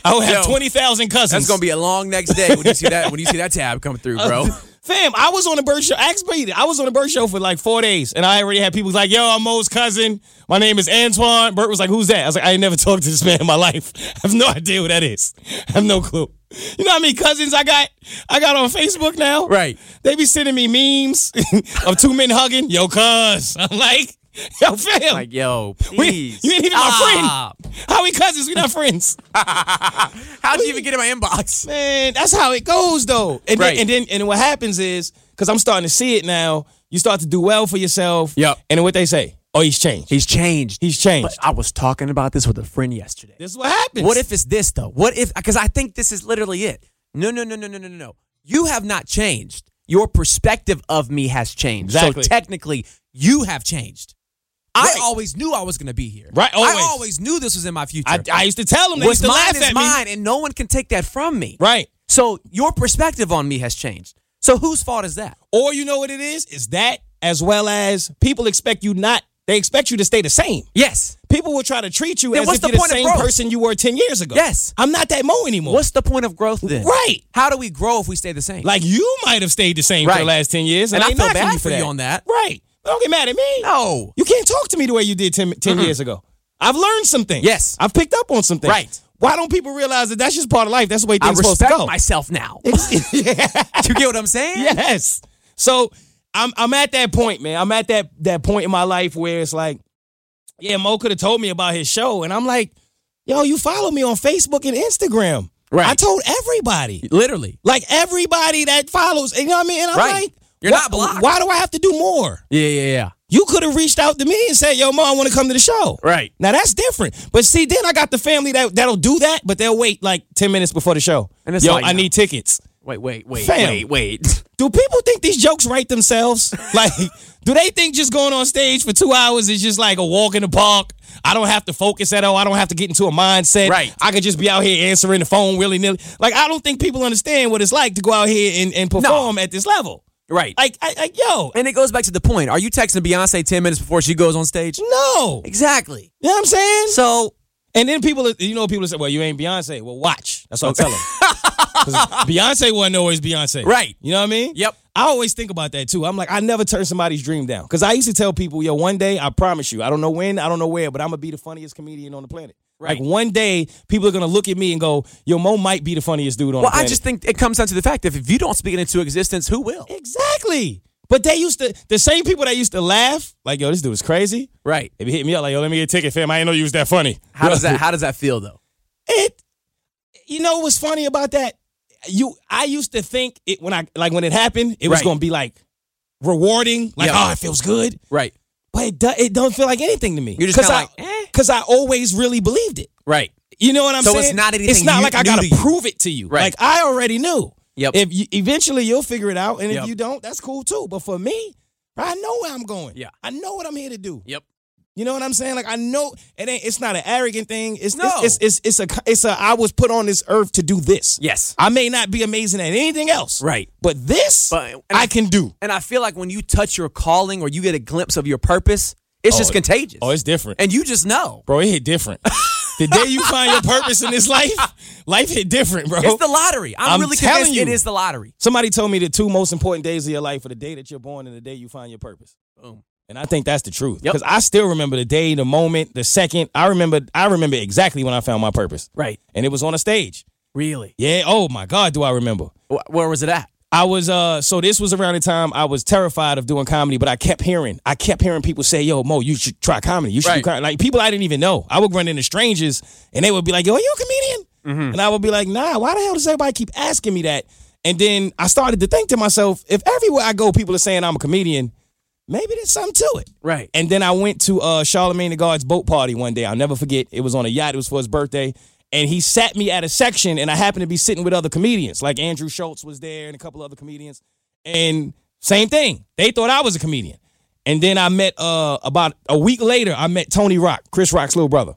Speaker 2: I would have
Speaker 3: Yo,
Speaker 2: twenty thousand cousins.
Speaker 3: that's going to be a long next day when you see that when you see that tab come through, [laughs] bro.
Speaker 2: [laughs] Fam, I was on a bird show. Ask Brady. I was on a bird show for like four days, and I already had people like, "Yo, I'm Mo's cousin. My name is Antoine." Bert was like, "Who's that?" I was like, "I ain't never [laughs] talked to this man in my life. [laughs] I have no idea who that is. I have no clue." You know how many cousins I got? I got on Facebook now.
Speaker 3: Right.
Speaker 2: They be sending me memes [laughs] of two men hugging. Yo, cuz. I'm like, yo, fam.
Speaker 3: like, yo,
Speaker 2: we,
Speaker 3: please.
Speaker 2: you ain't even my
Speaker 3: Ah.
Speaker 2: friend. How we cousins? We not friends.
Speaker 3: How'd you even get in my inbox?
Speaker 2: Man, that's how it goes though. And
Speaker 3: Right.
Speaker 2: then, and then and what happens is because I'm starting to see it now. You start to do well for yourself.
Speaker 3: Yep.
Speaker 2: And then what they say? Oh, he's changed.
Speaker 3: He's changed.
Speaker 2: He's changed.
Speaker 3: But I was talking about this with a friend yesterday.
Speaker 2: this is what happens.
Speaker 3: What if it's this though? What if because I think this is literally it. No, no, no, no, no, no, no, no. You have not changed. Your perspective of me has changed.
Speaker 2: Exactly.
Speaker 3: So technically, you have changed.
Speaker 2: Right.
Speaker 3: I always knew I was going to be here.
Speaker 2: Right,
Speaker 3: I
Speaker 2: always.
Speaker 3: always knew this was in my future.
Speaker 2: I, I used to tell them? They used
Speaker 3: What's
Speaker 2: to
Speaker 3: mine
Speaker 2: laugh
Speaker 3: is
Speaker 2: at
Speaker 3: mine,
Speaker 2: me.
Speaker 3: and no one can take that from me.
Speaker 2: Right.
Speaker 3: So your perspective on me has changed. So whose fault is that?
Speaker 2: Or you know what it is? Is that as well as people expect you not? They expect you to stay the same.
Speaker 3: Yes.
Speaker 2: People will try to treat you
Speaker 3: Then
Speaker 2: as
Speaker 3: what's
Speaker 2: if
Speaker 3: the
Speaker 2: you're the
Speaker 3: point of
Speaker 2: same
Speaker 3: growth?
Speaker 2: person you were ten years ago.
Speaker 3: Yes.
Speaker 2: I'm not that Mo anymore.
Speaker 3: What's the point of growth then?
Speaker 2: Right.
Speaker 3: How do we grow if we stay the same?
Speaker 2: like you might have stayed the same for
Speaker 3: Right.
Speaker 2: the last ten years, and,
Speaker 3: And I
Speaker 2: ain't no
Speaker 3: feel bad
Speaker 2: you
Speaker 3: for you on that.
Speaker 2: Right. But don't get mad at me.
Speaker 3: no.
Speaker 2: You can't talk to me the way you did 10, 10 years ago. I've learned some things.
Speaker 3: Yes.
Speaker 2: I've picked up on some things.
Speaker 3: Right.
Speaker 2: Why don't people realize that that's just part of life? That's the way
Speaker 3: I
Speaker 2: things supposed to
Speaker 3: respect
Speaker 2: go. [laughs]
Speaker 3: myself now. you get what I'm saying?
Speaker 2: yes. So I'm I'm at that point, man. I'm at that that point in my life where it's like, yeah, Mo could have told me about his show, and I'm like, yo, you follow me on Facebook and Instagram.
Speaker 3: Right.
Speaker 2: I told everybody.
Speaker 3: Literally.
Speaker 2: Like everybody that follows, you know what I mean? And I'm
Speaker 3: Right.
Speaker 2: like,
Speaker 3: You're
Speaker 2: why-
Speaker 3: not blocked.
Speaker 2: Why do I have to do more?
Speaker 3: Yeah, yeah, yeah.
Speaker 2: You could have reached out to me and said, "Yo, mom, I want to come to the show."
Speaker 3: Right.
Speaker 2: Now that's different. But see, then I got the family that that'll do that, but they'll wait like ten minutes before the show.
Speaker 3: And it's
Speaker 2: Yo,
Speaker 3: like,
Speaker 2: I
Speaker 3: no.
Speaker 2: need tickets.
Speaker 3: Wait, wait, wait,
Speaker 2: Fam.
Speaker 3: wait, wait. [laughs]
Speaker 2: Do people think these jokes write themselves? [laughs] Like, do they think just going on stage for two hours is just like a walk in the park? I don't have to focus at all. I don't have to get into a mindset.
Speaker 3: Right.
Speaker 2: I could just be out here answering the phone willy nilly. Like, I don't think people understand what it's like to go out here and, and perform at this level.
Speaker 3: Right.
Speaker 2: Like, I, like, yo,
Speaker 3: and it goes back to the point. Are you texting Beyonce 10 minutes before she goes on stage?
Speaker 2: no.
Speaker 3: Exactly.
Speaker 2: You know what I'm saying?
Speaker 3: So,
Speaker 2: And then people, you know, people say, "Well, you ain't Beyonce." Well, watch. That's what I
Speaker 3: [laughs]
Speaker 2: tell them. 'Cause Beyonce wasn't always Beyonce,
Speaker 3: Right.
Speaker 2: You know what I mean?
Speaker 3: Yep.
Speaker 2: I always think about that too. I'm like, I never turn somebody's dream down because I used to tell people, "Yo, one day, I promise you, I don't know when, I don't know where, but I'm gonna be the funniest comedian on the planet."
Speaker 3: Right.
Speaker 2: Like one day, people are gonna look at me and go, "Yo, Mo might be the funniest dude on
Speaker 3: well,
Speaker 2: the planet."
Speaker 3: I just think it comes down to the fact that if you don't speak it into existence, who will?
Speaker 2: exactly. But they used to the same people that used to laugh like, "Yo, this dude is crazy."
Speaker 3: Right.
Speaker 2: They be hitting me up like, "Yo, let me get a ticket, fam. I ain't know you was that funny."
Speaker 3: How does that how does that feel though?
Speaker 2: it you know what's funny about that you i used to think it when i like when it happened it was
Speaker 3: Right.
Speaker 2: gonna be like rewarding like
Speaker 3: Yeah.
Speaker 2: oh it feels good
Speaker 3: Right.
Speaker 2: but it, do, it don't feel like anything to me.
Speaker 3: You're just
Speaker 2: Cause
Speaker 3: kinda
Speaker 2: I-
Speaker 3: like, eh.
Speaker 2: Cause I always really believed it.
Speaker 3: Right.
Speaker 2: You know what I'm
Speaker 3: So
Speaker 2: saying?
Speaker 3: it's not anything
Speaker 2: It's not
Speaker 3: you
Speaker 2: like I
Speaker 3: knew
Speaker 2: gotta
Speaker 3: to you.
Speaker 2: prove it to you.
Speaker 3: Right.
Speaker 2: Like I already knew.
Speaker 3: Yep.
Speaker 2: If you, eventually you'll figure it out, and
Speaker 3: Yep.
Speaker 2: if you don't, that's cool too. But for me, I know where I'm going.
Speaker 3: Yeah.
Speaker 2: I know what I'm here to do.
Speaker 3: Yep.
Speaker 2: You know what I'm saying? Like I know it ain't. It's not an arrogant thing. It's
Speaker 3: No.
Speaker 2: It's it's, it's, it's a. It's a. I was put on this earth to do this.
Speaker 3: Yes.
Speaker 2: I may not be amazing at anything else.
Speaker 3: Right.
Speaker 2: But this,
Speaker 3: But- and
Speaker 2: I
Speaker 3: I-
Speaker 2: can do.
Speaker 3: And I feel like when you touch your calling or you get a glimpse of your purpose, Oh, it's just contagious.
Speaker 2: Oh, different,
Speaker 3: and you just know.
Speaker 2: bro. It hit
Speaker 3: [laughs]
Speaker 2: different. the day you find your purpose in this life, life hit different, bro.
Speaker 3: It's the lottery. I'm,
Speaker 2: I'm
Speaker 3: really
Speaker 2: telling
Speaker 3: convinced
Speaker 2: you.
Speaker 3: it is the lottery.
Speaker 2: Somebody told me the two most important days of your life are the day that you're born and the day you find your purpose.
Speaker 3: Boom.
Speaker 2: And I think that's the truth.
Speaker 3: Yep.
Speaker 2: Because I still remember the day, the moment, the second. I remember I remember exactly when I found my purpose.
Speaker 3: Right.
Speaker 2: And it was on a stage.
Speaker 3: Really?
Speaker 2: Yeah, oh my God, do I remember.
Speaker 3: Where was it at?
Speaker 2: I was uh so this was around the time I was terrified of doing comedy, but I kept hearing I kept hearing people say, "Yo, Mo, you should try comedy. You should do
Speaker 3: Right.
Speaker 2: comedy." Like people I didn't even know. I would run into strangers and they would be like, "Yo, are you a comedian?" And I would be like, "Nah, why the hell does everybody keep asking me that?" And then I started to think to myself, if everywhere I go people are saying I'm a comedian, maybe there's something to it.
Speaker 3: Right.
Speaker 2: And then I went to uh, Charlemagne the God's boat party one day. I'll never forget. It was on a yacht. It was for his birthday. And he sat me at a section, and I happened to be sitting with other comedians. Like Andrew Schultz was there and a couple other comedians. And same thing. They thought I was a comedian. And then I met, uh, about a week later, I met Tony Rock, Chris Rock's little brother.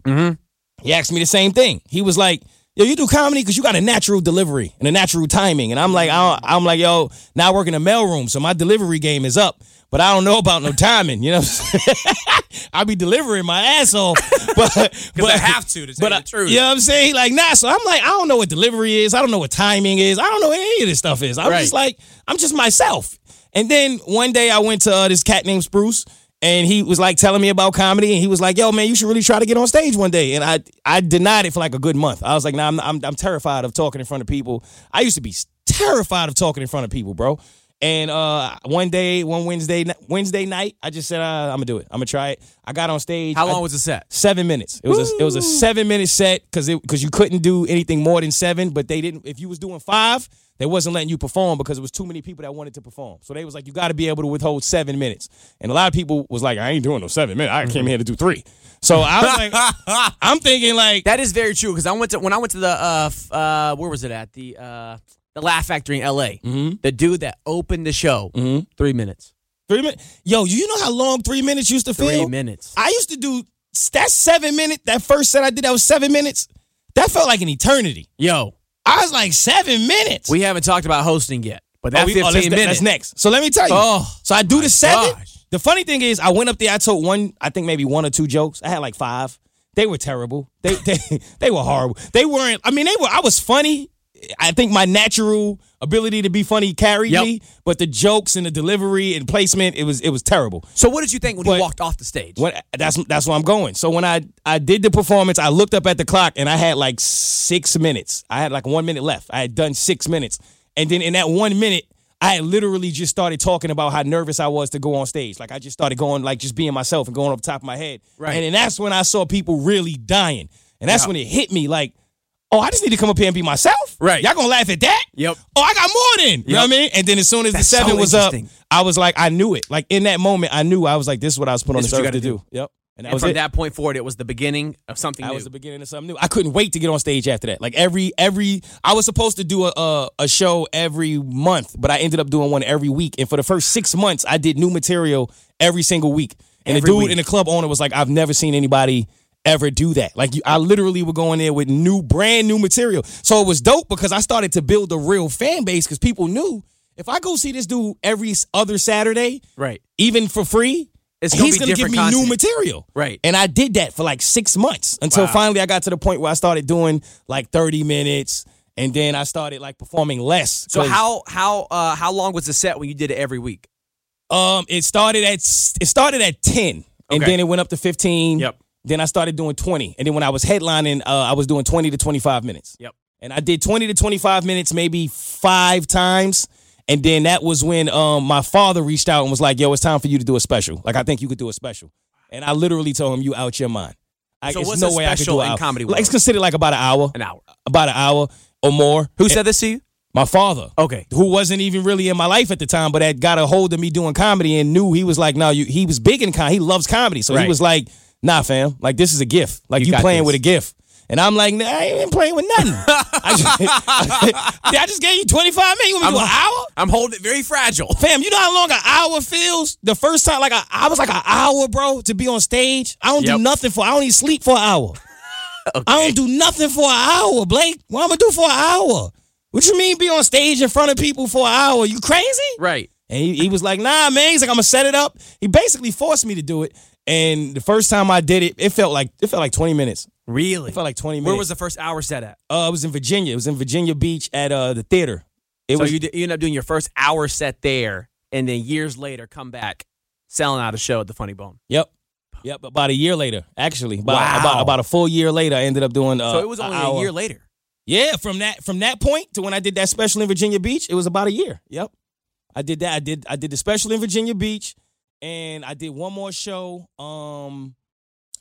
Speaker 2: He asked me the same thing. He was like, "Yo, you do comedy because you got a natural delivery and a natural timing." And I'm like, I don't- "I'm like, yo, now I work in a mailroom, so my delivery game is up." But I don't know about no timing, you know. what I'm saying? [laughs] I be delivering my ass off, [laughs]
Speaker 3: [laughs]
Speaker 2: but but
Speaker 3: I have to, to tell you
Speaker 2: I-
Speaker 3: the truth.
Speaker 2: You know what I'm saying? Like, nah. So I'm like, I don't know what delivery is. I don't know what timing is. I don't know what any of this stuff is. I'm
Speaker 3: Right.
Speaker 2: just like, I'm just myself. And then one day I went to uh, this cat named Spruce, and he was like telling me about comedy, and he was like, "Yo, man, you should really try to get on stage one day." And I, I denied it for like a good month. I was like, "Nah, I'm, I'm, I'm terrified of talking in front of people. I used to be terrified of talking in front of people, bro." And uh, one day, one Wednesday, Wednesday night, I just said, uh, "I'm gonna do it. I'm gonna try it." I got on stage.
Speaker 3: How
Speaker 2: I-
Speaker 3: long was the set?
Speaker 2: Seven minutes. It was a, it was a seven minute set because because you couldn't do anything more than seven. But they didn't. If you was doing five, they wasn't letting you perform because it was too many people that wanted to perform. So they was like, you got to be able to withhold seven minutes. And a lot of people was like, I ain't doing no seven minutes. I came here to do three. So I was
Speaker 3: [laughs]
Speaker 2: like, I'm thinking like,
Speaker 3: That is very true because I went to when I went to the uh f- uh where was it at the uh the Laugh Factory in L.A.
Speaker 2: Mm-hmm.
Speaker 3: The dude that opened the show three minutes.
Speaker 2: Three minutes. Yo, you know how long three minutes used to feel?
Speaker 3: Three minutes.
Speaker 2: I used to do that seven minute. That first set I did that was seven minutes. That felt like an eternity.
Speaker 3: Yo,
Speaker 2: I was like seven minutes.
Speaker 3: we haven't talked about hosting yet, but that
Speaker 2: Oh, we- oh,
Speaker 3: 15
Speaker 2: that's,
Speaker 3: minutes.
Speaker 2: that's next. So let me tell you.
Speaker 3: Oh,
Speaker 2: so I do the seven.
Speaker 3: gosh.
Speaker 2: The funny thing is, I went up there. I told one, I think maybe one or two jokes. I had like five. They were terrible. They they [laughs] they were horrible. They weren't. I mean, they were. I was funny. I think my natural ability to be funny carried
Speaker 3: Yep.
Speaker 2: me, but the jokes and the delivery and placement, it was it was terrible.
Speaker 3: So what did you think when
Speaker 2: But-
Speaker 3: you walked off the stage?
Speaker 2: What that's that's where I'm going. So when I I did the performance, I looked up at the clock and I had like six minutes. I had like one minute left. I had done six minutes, and then in that one minute, I had literally just started talking about how nervous I was to go on stage. Like I just started going like just being myself and going off the top of my head.
Speaker 3: Right.
Speaker 2: And then that's when I saw people really dying, and that's when it hit me like. Oh, I just need to come up here and be myself.
Speaker 3: Right.
Speaker 2: Y'all gonna laugh at that?
Speaker 3: Yep.
Speaker 2: Oh, I got more than. You know
Speaker 3: Yep.
Speaker 2: what I mean? And then as soon as
Speaker 3: That's
Speaker 2: the seven
Speaker 3: so
Speaker 2: was up,
Speaker 3: interesting.
Speaker 2: I was like, I knew it. Like in that moment, I knew I was like, this is what I was put on
Speaker 3: This
Speaker 2: this
Speaker 3: is what
Speaker 2: earth
Speaker 3: you
Speaker 2: to
Speaker 3: gotta
Speaker 2: do. Yep. And that
Speaker 3: and
Speaker 2: was
Speaker 3: from
Speaker 2: it.
Speaker 3: that point forward, it was the beginning of something
Speaker 2: that
Speaker 3: new.
Speaker 2: was the beginning of something new. I couldn't wait to get on stage after that. Like every every, I was supposed to do a a, a show every month, but I ended up doing one every week. And for the first six months, I did new material every single week. And
Speaker 3: Every
Speaker 2: the dude
Speaker 3: week.
Speaker 2: in the club owner was like, "I've never seen anybody ever do that." Like you, I literally would go in there with new, brand new material. So it was dope because I started to build a real fan base because people knew if I go see this dude every s- other Saturday,
Speaker 3: right.
Speaker 2: even for free,
Speaker 3: It's gonna
Speaker 2: he's
Speaker 3: be
Speaker 2: going to give me
Speaker 3: different
Speaker 2: new
Speaker 3: content.
Speaker 2: material.
Speaker 3: Right.
Speaker 2: And I did that for like six months until
Speaker 3: Wow.
Speaker 2: finally I got to the point where I started doing like 30 minutes and then I started like performing less.
Speaker 3: So
Speaker 2: 'cause,
Speaker 3: how how uh how long was the set when you did it every week?
Speaker 2: Um, it started at s- it started at 10 and
Speaker 3: Okay.
Speaker 2: then it went up to 15.
Speaker 3: Yep.
Speaker 2: Then I started doing 20. And then when I was headlining, uh, I was doing 20 to 25 minutes.
Speaker 3: Yep.
Speaker 2: And I did 20 to 25 minutes maybe five times. And then that was when um, my father reached out and was like, yo, it's time for you to do a special. Like, I think you could do a special. And I literally told him, you out your mind. I,
Speaker 3: So
Speaker 2: there's
Speaker 3: what's
Speaker 2: no
Speaker 3: a
Speaker 2: way I could do
Speaker 3: special
Speaker 2: an
Speaker 3: in
Speaker 2: hour.
Speaker 3: comedy
Speaker 2: Like, it's
Speaker 3: world?
Speaker 2: considered like about an hour,
Speaker 3: An hour.
Speaker 2: about an hour or more.
Speaker 3: Who said this to you?
Speaker 2: My father.
Speaker 3: Okay.
Speaker 2: Who wasn't even really in my life at the time, but had got a hold of me doing comedy and knew he was like, no, you, he was big in comedy. He loves comedy. So he
Speaker 3: Right.
Speaker 2: was like, nah, fam, like this is a gift. Like
Speaker 3: You
Speaker 2: you,
Speaker 3: got
Speaker 2: playing
Speaker 3: this.
Speaker 2: with a gift. And I'm like, nah, I ain't been playing with
Speaker 3: [laughs]
Speaker 2: nothing. I, just, [laughs] I just gave you 25 minutes. You want me to do an hour?
Speaker 3: I'm holding it
Speaker 2: [laughs]
Speaker 3: very fragile.
Speaker 2: Fam, you know how long an hour feels? The first time, like I, I was like an hour, bro, to be on stage. I don't
Speaker 3: Yep.
Speaker 2: do nothing for. I don't even sleep for an
Speaker 3: [laughs]
Speaker 2: hour. I don't do nothing for an hour, Blake. What I'm gonna do for an hour? What you mean be on stage in front of people for an hour? You crazy?
Speaker 3: Right.
Speaker 2: And he, he was like, Nah, man. He's like, I'm gonna set it up. He basically forced me to do it. And the first time I did it, it felt like it felt like 20 minutes.
Speaker 3: Really?
Speaker 2: It felt like 20 minutes.
Speaker 3: Where was the first hour set at?
Speaker 2: Uh, it was in Virginia. It was in Virginia Beach at uh, the theater. It
Speaker 3: so
Speaker 2: was
Speaker 3: you, did, you end up doing your first hour set there, and then years later come back selling out a show at the Funny Bone.
Speaker 2: Yep. Yep. About a year later, actually. About,
Speaker 3: Wow.
Speaker 2: about about a full year later, I ended up doing. Uh,
Speaker 3: So it was only a
Speaker 2: hour.
Speaker 3: year later.
Speaker 2: Yeah, from that from that point to when I did that special in Virginia Beach, it was about a year. Yep. I did that. I did I did the special in Virginia Beach, and I did one more show. Um,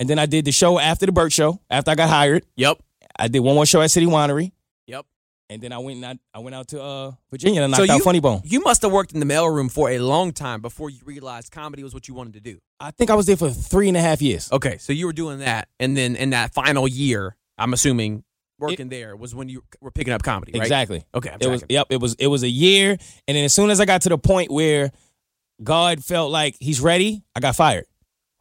Speaker 2: and then I did the show after the Burt Show. After I got hired,
Speaker 3: Yep.
Speaker 2: I did one more show at City Winery,
Speaker 3: Yep.
Speaker 2: and then I went and I, I went out to uh Virginia and I
Speaker 3: So
Speaker 2: knocked out
Speaker 3: you-
Speaker 2: Funny Bone.
Speaker 3: You must have worked in the mailroom for a long time before you realized comedy was what you wanted to do.
Speaker 2: I think I was there for three and a half years.
Speaker 3: Okay, so you were doing that, and then in that final year, I'm assuming working there was when you were picking up comedy, right?
Speaker 2: Exactly.
Speaker 3: Okay, I'm
Speaker 2: it was
Speaker 3: tracking.
Speaker 2: yep. It was it was a year, and then as soon as I got to the point where God felt like He's ready, I got fired.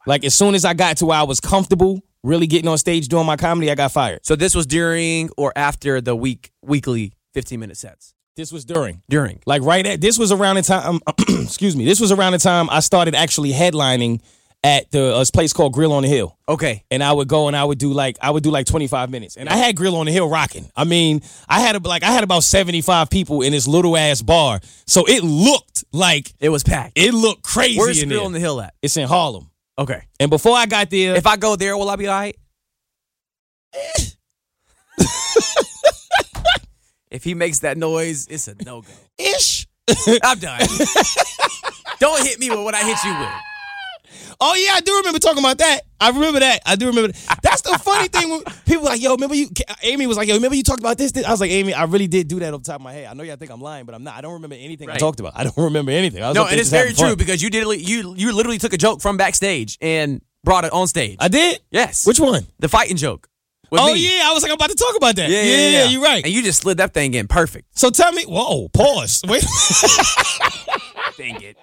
Speaker 2: Like as soon as I got to where I was comfortable, really getting on stage doing my comedy, I got fired.
Speaker 3: So this was during or after the week weekly 15 minute sets.
Speaker 2: This was during.
Speaker 3: During.
Speaker 2: Like right at this was around the time. [clears throat] excuse me. This was around the time I started actually headlining at the uh, this place called Grill on the Hill.
Speaker 3: Okay.
Speaker 2: and I would go and I would do like I would do like 25 minutes. And I had Grill on the Hill rocking. I mean, I had a, like I had about 75 people in this little ass bar. So it looked like
Speaker 3: It was packed.
Speaker 2: it looked crazy
Speaker 3: Where's
Speaker 2: in
Speaker 3: Grill
Speaker 2: there.
Speaker 3: on the Hill at?
Speaker 2: it's in Harlem.
Speaker 3: Okay.
Speaker 2: And before I got there,
Speaker 3: If I go there, will I be all right? [laughs] if he makes that noise, it's a no go.
Speaker 2: ish. [laughs]
Speaker 3: I'm done. Don't hit me with what I hit you with.
Speaker 2: Oh yeah, I do remember talking about that. I remember that. I do remember. That. That's the funny thing.
Speaker 3: [laughs]
Speaker 2: When people like, yo, remember you? Amy was like, yo, remember you talked about this, this? I was like, Amy, I really did do that off the top of my head. I know y'all think I'm lying, but I'm not. I don't remember anything I
Speaker 3: Right.
Speaker 2: talked about. I don't remember anything. I was
Speaker 3: No,
Speaker 2: up there
Speaker 3: and it's
Speaker 2: just having
Speaker 3: very true
Speaker 2: fun.
Speaker 3: because you did you you literally took a joke from backstage and brought it on stage.
Speaker 2: I did.
Speaker 3: yes.
Speaker 2: Which one?
Speaker 3: the fighting joke. with
Speaker 2: oh
Speaker 3: me.
Speaker 2: yeah, I was like, I'm about to talk about that.
Speaker 3: yeah,
Speaker 2: yeah, you're right.
Speaker 3: And you just slid that thing in perfect.
Speaker 2: So tell me, whoa, pause. [laughs] Wait,
Speaker 3: Dang it.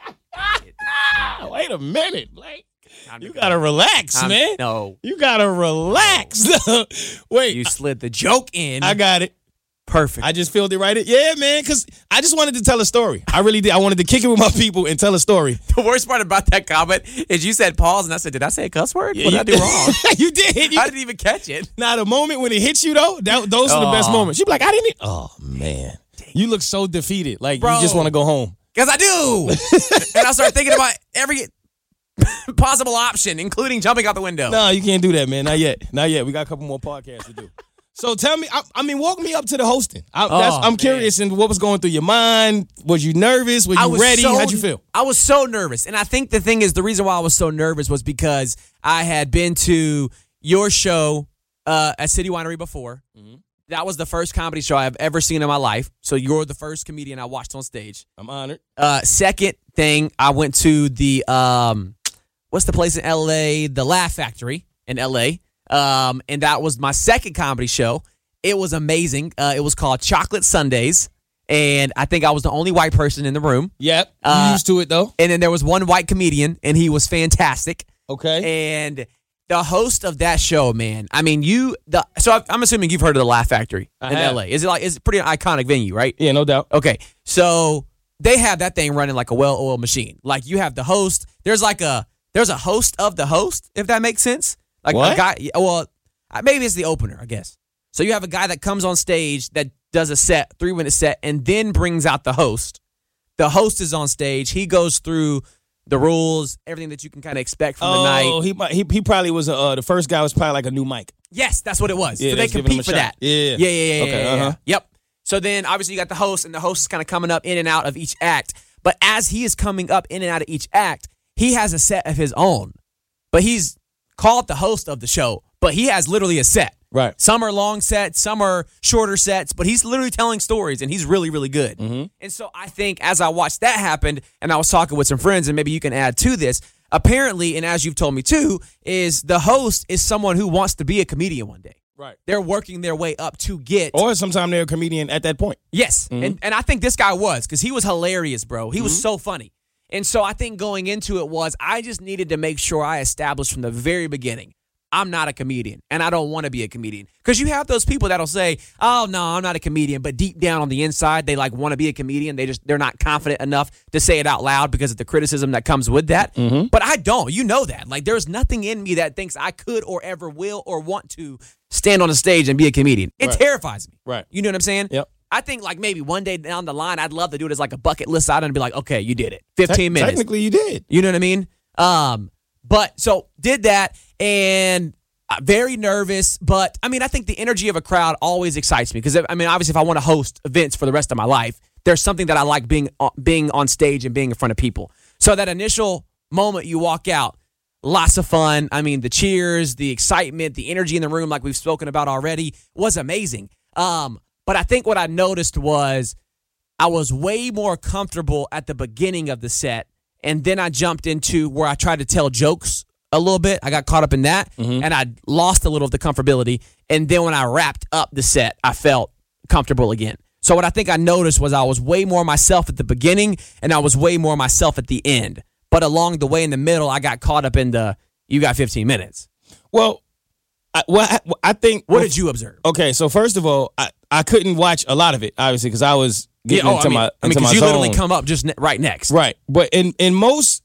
Speaker 2: wait a minute, Blake.
Speaker 3: Time to
Speaker 2: You
Speaker 3: go.
Speaker 2: gotta relax,
Speaker 3: I'm-
Speaker 2: man.
Speaker 3: Um, No,
Speaker 2: You gotta relax. [laughs] wait,
Speaker 3: you slid the joke in
Speaker 2: I got it.
Speaker 3: perfect.
Speaker 2: I just filled it right in. Yeah, man, because I just wanted to tell a story. I really did. I wanted to kick it with my people and tell a story.
Speaker 3: [laughs] the worst part about that comment is you said pause, and I said, "Did I say a cuss word? what
Speaker 2: you,
Speaker 3: did I do wrong?
Speaker 2: [laughs] you did. You,
Speaker 3: I didn't even catch it."
Speaker 2: now, the moment when it hits you, though, that, those are the best
Speaker 3: Aw.
Speaker 2: moments. You'd be like, I didn't. e- Oh, man. You look so defeated. Like, you
Speaker 3: Bro.
Speaker 2: just want to go home.
Speaker 3: Because
Speaker 2: [laughs]
Speaker 3: I do. and I start thinking about every [laughs] possible option, including jumping out the window.
Speaker 2: No, you can't do that, man. Not yet. Not yet. We got a couple more podcasts to do. So tell me, I, I mean, walk me up to the hosting. I, that's, I'm
Speaker 3: man.
Speaker 2: curious in what was going through your mind. Was you nervous? Were you
Speaker 3: I was
Speaker 2: ready?
Speaker 3: so-
Speaker 2: How'd you feel?
Speaker 3: I was so nervous. And I think the thing is, the reason why I was so nervous was because I had been to your show uh, at City Winery before.
Speaker 2: Mm-hmm.
Speaker 3: That was the first comedy show I've ever seen in my life. So you're the first comedian I watched on stage.
Speaker 2: I'm honored.
Speaker 3: Uh, second thing, I went to the um, what's the place in L.A. The Laugh Factory in L.A. Um, and that was my second comedy show. It was amazing. Uh, it was called Chocolate Sundays, and I think I was the only white person in the room.
Speaker 2: Yep. you
Speaker 3: Uh,
Speaker 2: used to it though.
Speaker 3: And then there was one white comedian, and he was fantastic. eh
Speaker 2: Okay.
Speaker 3: And the host of that show, man. I mean, you the so I, I'm assuming you've heard of the Laugh Factory
Speaker 2: I
Speaker 3: in
Speaker 2: have.
Speaker 3: L.A. Is it like is it pretty iconic venue, right?
Speaker 2: yeah, no doubt.
Speaker 3: Okay, so they have that thing running like a well-oiled machine. Like you have the host. There's like a there's a host of the host, if that makes sense. Like
Speaker 2: What?
Speaker 3: a guy. yeah, Well, I- maybe it's the opener, I guess. So you have a guy that comes on stage that does a set, three minute set, and then brings out the host. The host is on stage. He goes through the rules, everything that you can kind of expect from the night.
Speaker 2: Oh, he might- he he probably was uh, the first guy was probably like a new mic.
Speaker 3: Yes, that's what it was.
Speaker 2: Yeah,
Speaker 3: so they
Speaker 2: that's giving them
Speaker 3: compete
Speaker 2: a
Speaker 3: for
Speaker 2: shot.
Speaker 3: that.
Speaker 2: Yeah.
Speaker 3: Yeah, yeah, yeah.
Speaker 2: Okay,
Speaker 3: yeah, yeah.
Speaker 2: uh-huh.
Speaker 3: Yep. So then obviously you got the host, and the host is kind of coming up in and out of each act. But as he is coming up in and out of each act, he has a set of his own. But he's called the host of the show, but he has literally a set.
Speaker 2: Right.
Speaker 3: Some are long sets, some are shorter sets, but he's literally telling stories and he's really, really good.
Speaker 2: Mm-hmm.
Speaker 3: And so I think as I watched that happen, and I was talking with some friends, and maybe you can add to this, apparently, and as you've told me too, is the host is someone who wants to be a comedian one day.
Speaker 2: Right.
Speaker 3: They're working their way up to get
Speaker 2: Or sometimes they're a comedian at that point.
Speaker 3: Yes, and and I think this guy was because he was hilarious, bro. He
Speaker 2: Mm-hmm.
Speaker 3: was so funny, and so I think going into it was I just needed to make sure I established from the very beginning I'm not a comedian and I don't want to be a comedian because you have those people that'll say, "Oh no, I'm not a comedian," but deep down on the inside they like want to be a comedian. They just they're not confident enough to say it out loud because of the criticism that comes with that.
Speaker 2: Mm-hmm.
Speaker 3: But I don't, you know that. Like there's nothing in me that thinks I could or ever will or want to stand on a stage and be a comedian. It terrifies me.
Speaker 2: Right.
Speaker 3: You know what I'm saying?
Speaker 2: Yep.
Speaker 3: I think like maybe one day down the line, I'd love to do it as like a bucket list item and be like, okay, you did it. 15
Speaker 2: Te-
Speaker 3: minutes.
Speaker 2: Technically, you did.
Speaker 3: You know what I mean? Um, but so did that and uh, very nervous. But I mean, I think the energy of a crowd always excites me because I mean, obviously, if I want to host events for the rest of my life, there's something that I like being on, being on stage and being in front of people. So that initial moment you walk out, lots of fun. I mean, the cheers, the excitement, the energy in the room, like we've spoken about already, was amazing. Um, but I think what I noticed was I was way more comfortable at the beginning of the set, and then I jumped into where I tried to tell jokes a little bit. I got caught up in that,
Speaker 2: Mm-hmm.
Speaker 3: and I lost a little of the comfortability. And then when I wrapped up the set, I felt comfortable again. So what I think I noticed was I was way more myself at the beginning, and I was way more myself at the end. But along the way in the middle, I got caught up in the you got 15 minutes.
Speaker 2: Well, I, well, I, I think.
Speaker 3: What did you observe?
Speaker 2: Okay, so first of all, I, I couldn't watch a lot of it, obviously, because I was getting
Speaker 3: oh,
Speaker 2: into
Speaker 3: I mean,
Speaker 2: my into
Speaker 3: I mean, 'cause
Speaker 2: my
Speaker 3: you
Speaker 2: zone.
Speaker 3: literally come up just ne- right next.
Speaker 2: Right. But in in most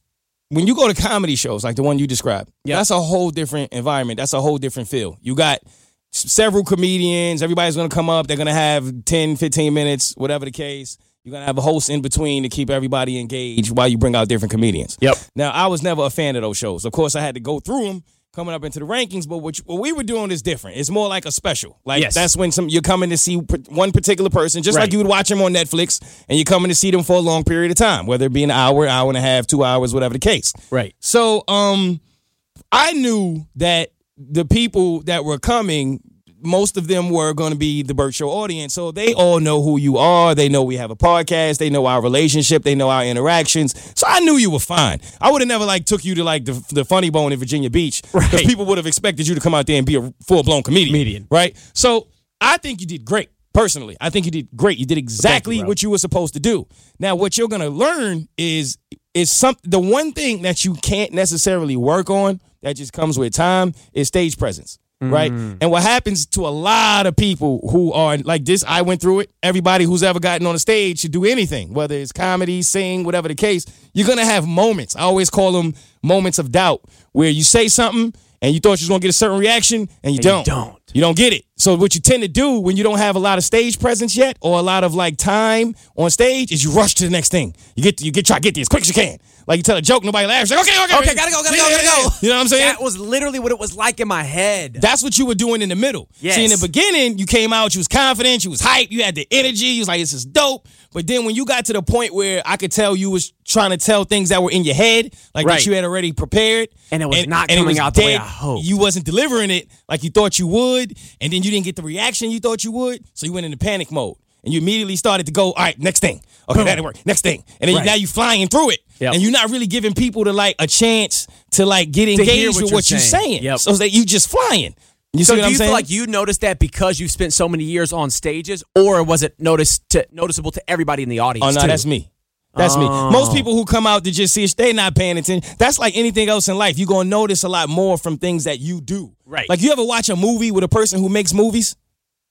Speaker 2: when you go to comedy shows like the one you described,
Speaker 3: Yeah.
Speaker 2: that's a whole different environment. That's a whole different feel. You got s- several comedians, everybody's going to come up, they're going to have 10, 15 minutes, whatever the case. You're going to have a host in between to keep everybody engaged while you bring out different comedians.
Speaker 3: Yep.
Speaker 2: Now, I was never a fan of those shows. Of course, I had to go through them coming up into the rankings, but what, you, what we were doing is different. It's more like a special. Like
Speaker 3: Yes.
Speaker 2: that's when some you're coming to see p- one particular person, just
Speaker 3: Right.
Speaker 2: like you would watch them on Netflix, and you're coming to see them for a long period of time, whether it be an hour, hour and a half, two hours, whatever the case.
Speaker 3: Right.
Speaker 2: So, um, I knew that the people that were coming, most of them were going to be the Burt Show audience. So they all know who you are. They know we have a podcast. They know our relationship. They know our interactions. So I knew you were fine. I would have never like took you to like the, the Funny Bone in Virginia Beach because
Speaker 3: Right.
Speaker 2: people would have expected you to come out there and be a full blown comedian.
Speaker 3: Comedian.
Speaker 2: Right. So I think you did great. Personally, I think you did great. You did exactly
Speaker 3: bro.
Speaker 2: what you were supposed to do. Now, what you're gonna learn is is some the one thing that you can't necessarily work on that just comes with time is stage presence, right? And what happens to a lot of people who are like this, I went through it. Everybody who's ever gotten on a stage should do anything, whether it's comedy, sing, whatever the case. You're gonna have moments. I always call them moments of doubt, where you say something and you thought you was gonna get a certain reaction, and you don't.
Speaker 3: don't.
Speaker 2: You don't get it. So what you tend to do when you don't have a lot of stage presence yet, or a lot of like time on stage, is you rush to the next thing. You get you get try to get there as quick as you can. Like you tell a joke, nobody laughs. You're Like, okay, okay,
Speaker 3: Okay, gotta go, gotta go,
Speaker 2: Yeah,
Speaker 3: gotta
Speaker 2: yeah,
Speaker 3: go.
Speaker 2: yeah. You know what I'm saying?
Speaker 3: That was literally what it was like in my head.
Speaker 2: That's what you were doing in the middle.
Speaker 3: Yes.
Speaker 2: See, in the beginning, you came out, you was confident, you was hype, you had the energy, you was like, this is dope. But then when you got to the point where I could tell you was trying to tell things that were in your head, like
Speaker 3: Right.
Speaker 2: that you had already prepared.
Speaker 3: And it was not coming out the way I hoped.
Speaker 2: You wasn't delivering it like you thought you would, and then you didn't get the reaction you thought you would, so you went into panic mode. And you immediately started to go, all right, next thing. Okay, that didn't work. Next thing. And then
Speaker 3: Right.
Speaker 2: you, now you flying through it.
Speaker 3: Yep.
Speaker 2: And you're not really giving people to like a chance to like get
Speaker 3: hear
Speaker 2: engaged
Speaker 3: what
Speaker 2: with
Speaker 3: you're
Speaker 2: what you're
Speaker 3: saying.
Speaker 2: saying.
Speaker 3: Yep.
Speaker 2: So that you just flying. You
Speaker 3: So
Speaker 2: see what
Speaker 3: do
Speaker 2: I'm
Speaker 3: you
Speaker 2: saying?
Speaker 3: feel like you noticed that because you spent so many years on stages, or was it noticed to, noticeable to Oh. everybody in the audience?
Speaker 2: oh no,
Speaker 3: too?
Speaker 2: that's me. That's me. Most people who come out to just see us, they not paying attention. That's like anything else in life. You're gonna notice a lot more from things that you do.
Speaker 3: Right.
Speaker 2: Like you ever watch a movie with a person who makes movies?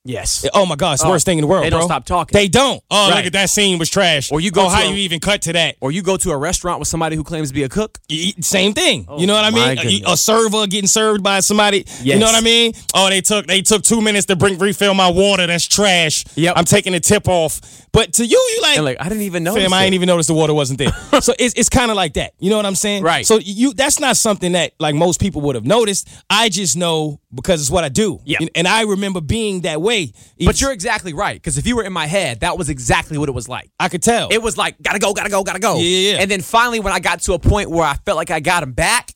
Speaker 3: yes.
Speaker 2: Oh my God, it's the worst thing in the world.
Speaker 3: they don't
Speaker 2: bro.
Speaker 3: stop talking.
Speaker 2: They don't. Oh,
Speaker 3: Right.
Speaker 2: look at that scene was trash.
Speaker 3: Or you go
Speaker 2: Oh,
Speaker 3: to
Speaker 2: how
Speaker 3: a-
Speaker 2: you even cut to that?
Speaker 3: Or you go to a restaurant with somebody who claims to be a cook.
Speaker 2: Y- Same thing. you know what I
Speaker 3: Oh my
Speaker 2: mean? A-
Speaker 3: goodness.
Speaker 2: A server getting served by somebody. You
Speaker 3: Yes.
Speaker 2: know what I mean? Oh, they took they took two minutes to bring refill my water. That's trash.
Speaker 3: Yep.
Speaker 2: I'm taking the tip off. But to you, you like,
Speaker 3: And like, I didn't even know.
Speaker 2: Fam, I ain't even noticed the water wasn't
Speaker 3: [laughs]
Speaker 2: there. so it's, it's kind of like that. You know what I'm saying?
Speaker 3: Right.
Speaker 2: So you that's not something that like most people would have noticed. I just know because it's what I do.
Speaker 3: Yeah.
Speaker 2: And, and I remember being that way.
Speaker 3: But you're exactly right because if you were in my head, that was exactly what it was like.
Speaker 2: I could tell.
Speaker 3: It was like gotta go, gotta go, gotta go.
Speaker 2: Yeah, yeah, yeah.
Speaker 3: And then finally, when I got to a point where I felt like I got him back,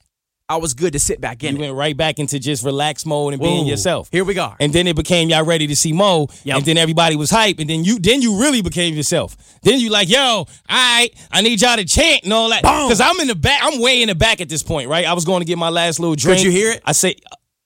Speaker 3: I was good to sit back in.
Speaker 2: You
Speaker 3: it.
Speaker 2: went right back into just relaxed mode and being
Speaker 3: Whoa.
Speaker 2: yourself.
Speaker 3: Here we go.
Speaker 2: And then it became y'all ready to see Mo.
Speaker 3: Yep.
Speaker 2: And then everybody was hype. And then you then you really became yourself. Then you like, yo, all right, I need y'all to chant and all that.
Speaker 3: Boom.
Speaker 2: Because I'm in the back, I'm way in the back at this point, right? I was going to get my last little drink.
Speaker 3: you hear it?
Speaker 2: I say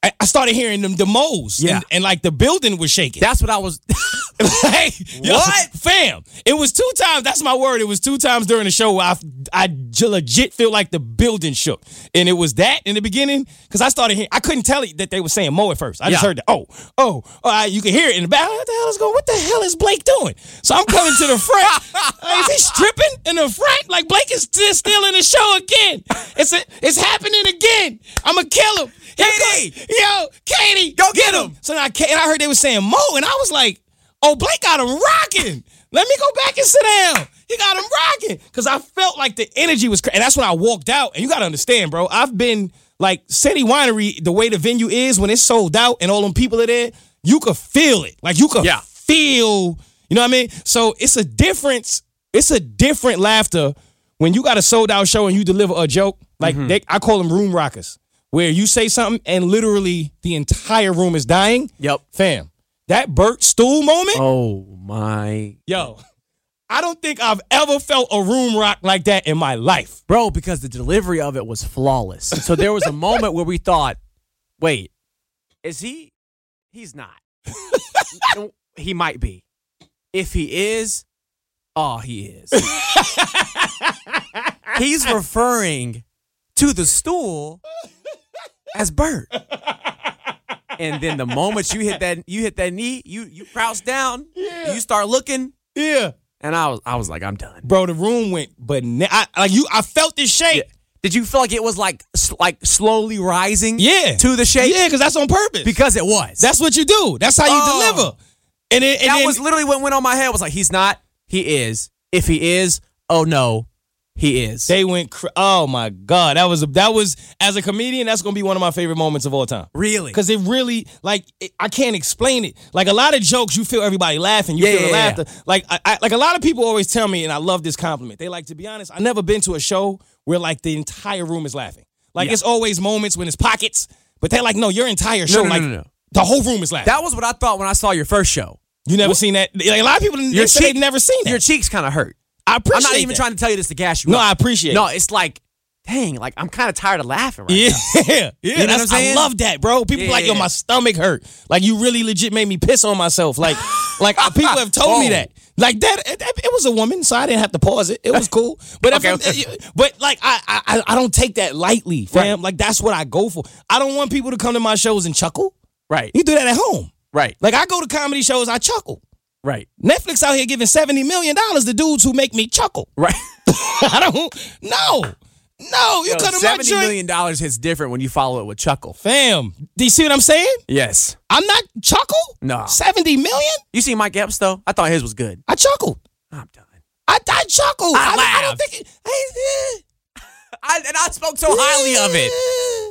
Speaker 2: I I started hearing them the moles.
Speaker 3: Yeah.
Speaker 2: And, and, like the building was shaking.
Speaker 3: That's what I was. [laughs]
Speaker 2: [laughs] like, yo,
Speaker 3: What?
Speaker 2: Fam. It was two times. That's my word. It was two times during the show where I, I j- legit feel like the building shook. And it was that in the beginning because I started hearing, I couldn't tell it that they were saying Mo at first. I just
Speaker 3: Yeah.
Speaker 2: heard the, oh, oh, all right, you can hear it in the back. What the hell is going What the hell is Blake doing? So I'm coming to the
Speaker 3: [laughs]
Speaker 2: front. Like, is he stripping in the front? Like, Blake is just still in the show again. It's, a, it's happening again. I'm going to kill him. Here
Speaker 3: Katie!
Speaker 2: goes- Yo, Katie!
Speaker 3: Go get him.
Speaker 2: So then I ca- and I heard they were saying Mo, and I was like, "Oh, Blake got him rocking. Let me go back and sit down. He got him rocking." Because I felt like the energy was, cra- and that's when I walked out. And you gotta understand, bro. I've been like City Winery, the way the venue is when it's sold out and all them people are there, you could feel it. Like you could
Speaker 3: Yeah.
Speaker 2: feel. You know what I mean? So it's a difference. It's a different laughter when you got a sold out show and you deliver a joke. Like they, I call them room rockers, where you say something and literally the entire room is dying.
Speaker 3: Yep.
Speaker 2: Fam, that Bert Stool moment.
Speaker 3: Oh my,
Speaker 2: Yo, I don't think I've ever felt a room rock like that in my life.
Speaker 3: bro! Because the delivery of it was flawless. So there was a moment where we thought, "Wait, is he? He's not. he might be. If he is, oh, he is. he's referring to the stool as Bert." And then the moment you hit that you hit that knee, you you crouch down, you start looking,
Speaker 2: Yeah,
Speaker 3: and I was I was like, I'm done.
Speaker 2: bro, the room went, but I, like you, I felt this shake.
Speaker 3: Did you feel like it was like s- like slowly rising?
Speaker 2: Yeah,
Speaker 3: To the
Speaker 2: shake.
Speaker 3: shake.
Speaker 2: Yeah, because that's on purpose.
Speaker 3: Because it was.
Speaker 2: That's what you do. That's how you
Speaker 3: Oh.
Speaker 2: deliver. And, then, and
Speaker 3: that
Speaker 2: then,
Speaker 3: was literally what went on my head. I was like, he's not. He is. If he is, oh no, he is.
Speaker 2: They went. Cr- oh my god, that was that was as a comedian, that's gonna be one of my favorite moments of all time.
Speaker 3: really?
Speaker 2: Because it really, like, it, I can't explain it. Like a lot of jokes, you feel everybody laughing. You
Speaker 3: Yeah,
Speaker 2: feel the
Speaker 3: yeah, yeah.
Speaker 2: laughter. Like, I, I, like a lot of people always tell me, and I love this compliment. They like to be honest. I never been to a show where like the entire room is laughing. Like it's always moments when it's pockets, but they're like, no, your entire show,
Speaker 3: no,
Speaker 2: like
Speaker 3: no, no.
Speaker 2: the whole room is laughing.
Speaker 3: that was what I thought when I saw your first show.
Speaker 2: you never seen that? Like a lot of people, they
Speaker 3: Your
Speaker 2: say they've
Speaker 3: cheek-
Speaker 2: never seen that.
Speaker 3: Your cheeks kind of hurt.
Speaker 2: I appreciate.
Speaker 3: I'm not even
Speaker 2: that.
Speaker 3: trying to tell you this to gas you.
Speaker 2: No,
Speaker 3: up.
Speaker 2: I appreciate
Speaker 3: No, it's like, dang, like I'm kind of tired of laughing right
Speaker 2: Yeah,
Speaker 3: now.
Speaker 2: [laughs] yeah.
Speaker 3: know what
Speaker 2: that's-
Speaker 3: I'm saying?
Speaker 2: I love that, bro. People
Speaker 3: Yeah,
Speaker 2: like, yo,
Speaker 3: yeah.
Speaker 2: my stomach hurt. Like, you really legit made me piss on myself. Like, like uh, people have told me
Speaker 3: [laughs] Oh.
Speaker 2: that. Like that, it, it was a woman, so I didn't have to pause it. It was cool. But if
Speaker 3: Okay,
Speaker 2: I'm- uh,
Speaker 3: okay.
Speaker 2: but like I, I, I don't take that lightly, fam.
Speaker 3: Right.
Speaker 2: Like that's what I go for. I don't want people to come to my shows and chuckle.
Speaker 3: Right.
Speaker 2: You do that at home.
Speaker 3: Right.
Speaker 2: Like I go to comedy shows, I chuckle.
Speaker 3: Right.
Speaker 2: Netflix out here giving seventy million dollars to dudes who make me chuckle. [laughs]
Speaker 3: Right.
Speaker 2: I don't. No, no. You
Speaker 3: Yo,
Speaker 2: cut my
Speaker 3: Seventy
Speaker 2: joint,
Speaker 3: million dollars hits different when you follow it with chuckle.
Speaker 2: fam. Do you see what I'm saying?
Speaker 3: Yes.
Speaker 2: I'm not chuckle.
Speaker 3: No.
Speaker 2: 70 million?
Speaker 3: You see Mike Epps though? I thought his was good.
Speaker 2: I chuckled.
Speaker 3: I'm done.
Speaker 2: I, I chuckled.
Speaker 3: I
Speaker 2: don't
Speaker 3: laughed.
Speaker 2: think it, I-
Speaker 3: I, and I spoke so highly of it.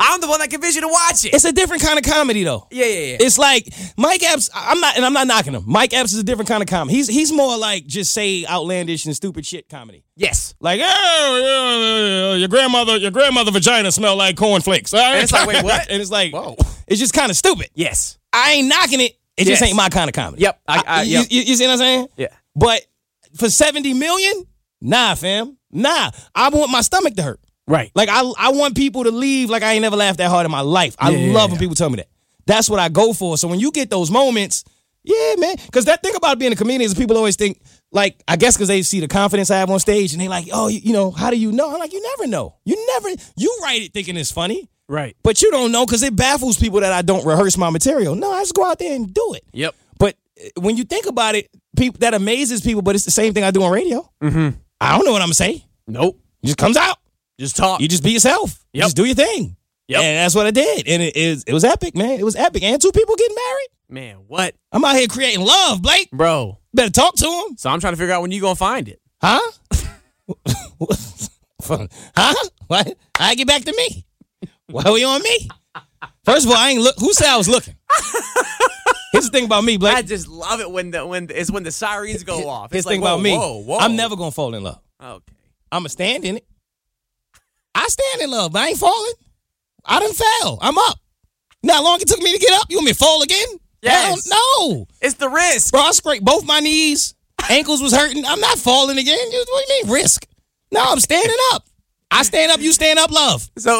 Speaker 3: I'm the one that convinced you to watch it.
Speaker 2: It's a different kind of comedy though.
Speaker 3: yeah, yeah, yeah.
Speaker 2: It's like Mike Epps. I- I'm not, and I'm not knocking him. Mike Epps is a different kind of comedy. He's he's more like just say outlandish and stupid shit comedy.
Speaker 3: yes.
Speaker 2: Like, oh, yeah, yeah, your grandmother, your grandmother vagina smell like cornflakes. All right?
Speaker 3: And it's like, wait, what?
Speaker 2: [laughs] and it's like,
Speaker 3: Whoa.
Speaker 2: it's just kind of stupid.
Speaker 3: Yes.
Speaker 2: I ain't knocking it. It just
Speaker 3: Yes.
Speaker 2: ain't my kind of comedy.
Speaker 3: Yep, I- I-
Speaker 2: you,
Speaker 3: yep.
Speaker 2: you- you see what I'm saying?
Speaker 3: Yeah.
Speaker 2: But for 70 million, nah, fam. Nah. I want my stomach to hurt.
Speaker 3: Right.
Speaker 2: Like I I want people to leave like I ain't never laughed that hard in my life. I
Speaker 3: Yeah.
Speaker 2: love when people tell me that. That's what I go for. So when you get those moments, yeah, man. Cause that thing about being a comedian is people always think, like, I guess cause they see the confidence I have on stage and they like, oh, you, you know, how do you know? I'm like, you never know. You never you write it thinking it's funny.
Speaker 3: Right.
Speaker 2: But you don't know because it baffles people that I don't rehearse my material. No, I just go out there and do it.
Speaker 3: Yep.
Speaker 2: But uh, when you think about it, people that amazes people, but it's the same thing I do on radio. Mm-hmm. I don't know what I'm gonna say. It
Speaker 3: Nope.
Speaker 2: just comes out.
Speaker 3: Just talk.
Speaker 2: You just be yourself. You
Speaker 3: Yep.
Speaker 2: Just do your thing.
Speaker 3: Yep.
Speaker 2: And that's what I did. And it is it was epic, man. It was epic. And two people getting married.
Speaker 3: Man, what?
Speaker 2: I'm out here creating love, Blake.
Speaker 3: Bro.
Speaker 2: Better talk to him.
Speaker 3: So I'm trying to figure out when you going to find it.
Speaker 2: Huh? [laughs] huh? What? I get back to me. Why are we on me? First of all, I ain't look. Who said I was looking? Here's the thing about me, Blake.
Speaker 3: I just love it when the when the, it's when the sirens go off.
Speaker 2: Here's
Speaker 3: It's
Speaker 2: the
Speaker 3: like
Speaker 2: thing
Speaker 3: whoa,
Speaker 2: about me.
Speaker 3: Whoa, whoa.
Speaker 2: I'm never gonna fall in love.
Speaker 3: Okay.
Speaker 2: I'ma stand in it. I stand in love, but I ain't falling. I done fell. I'm up. Now, how long it took me to get up? You want me to fall again?
Speaker 3: Yes.
Speaker 2: Hell no.
Speaker 3: It's the risk.
Speaker 2: Bro, I scraped both my knees. Ankles was hurting. I'm not falling again. You- What do you mean risk? No, I'm standing up. I stand up, you stand up, love.
Speaker 3: [laughs] So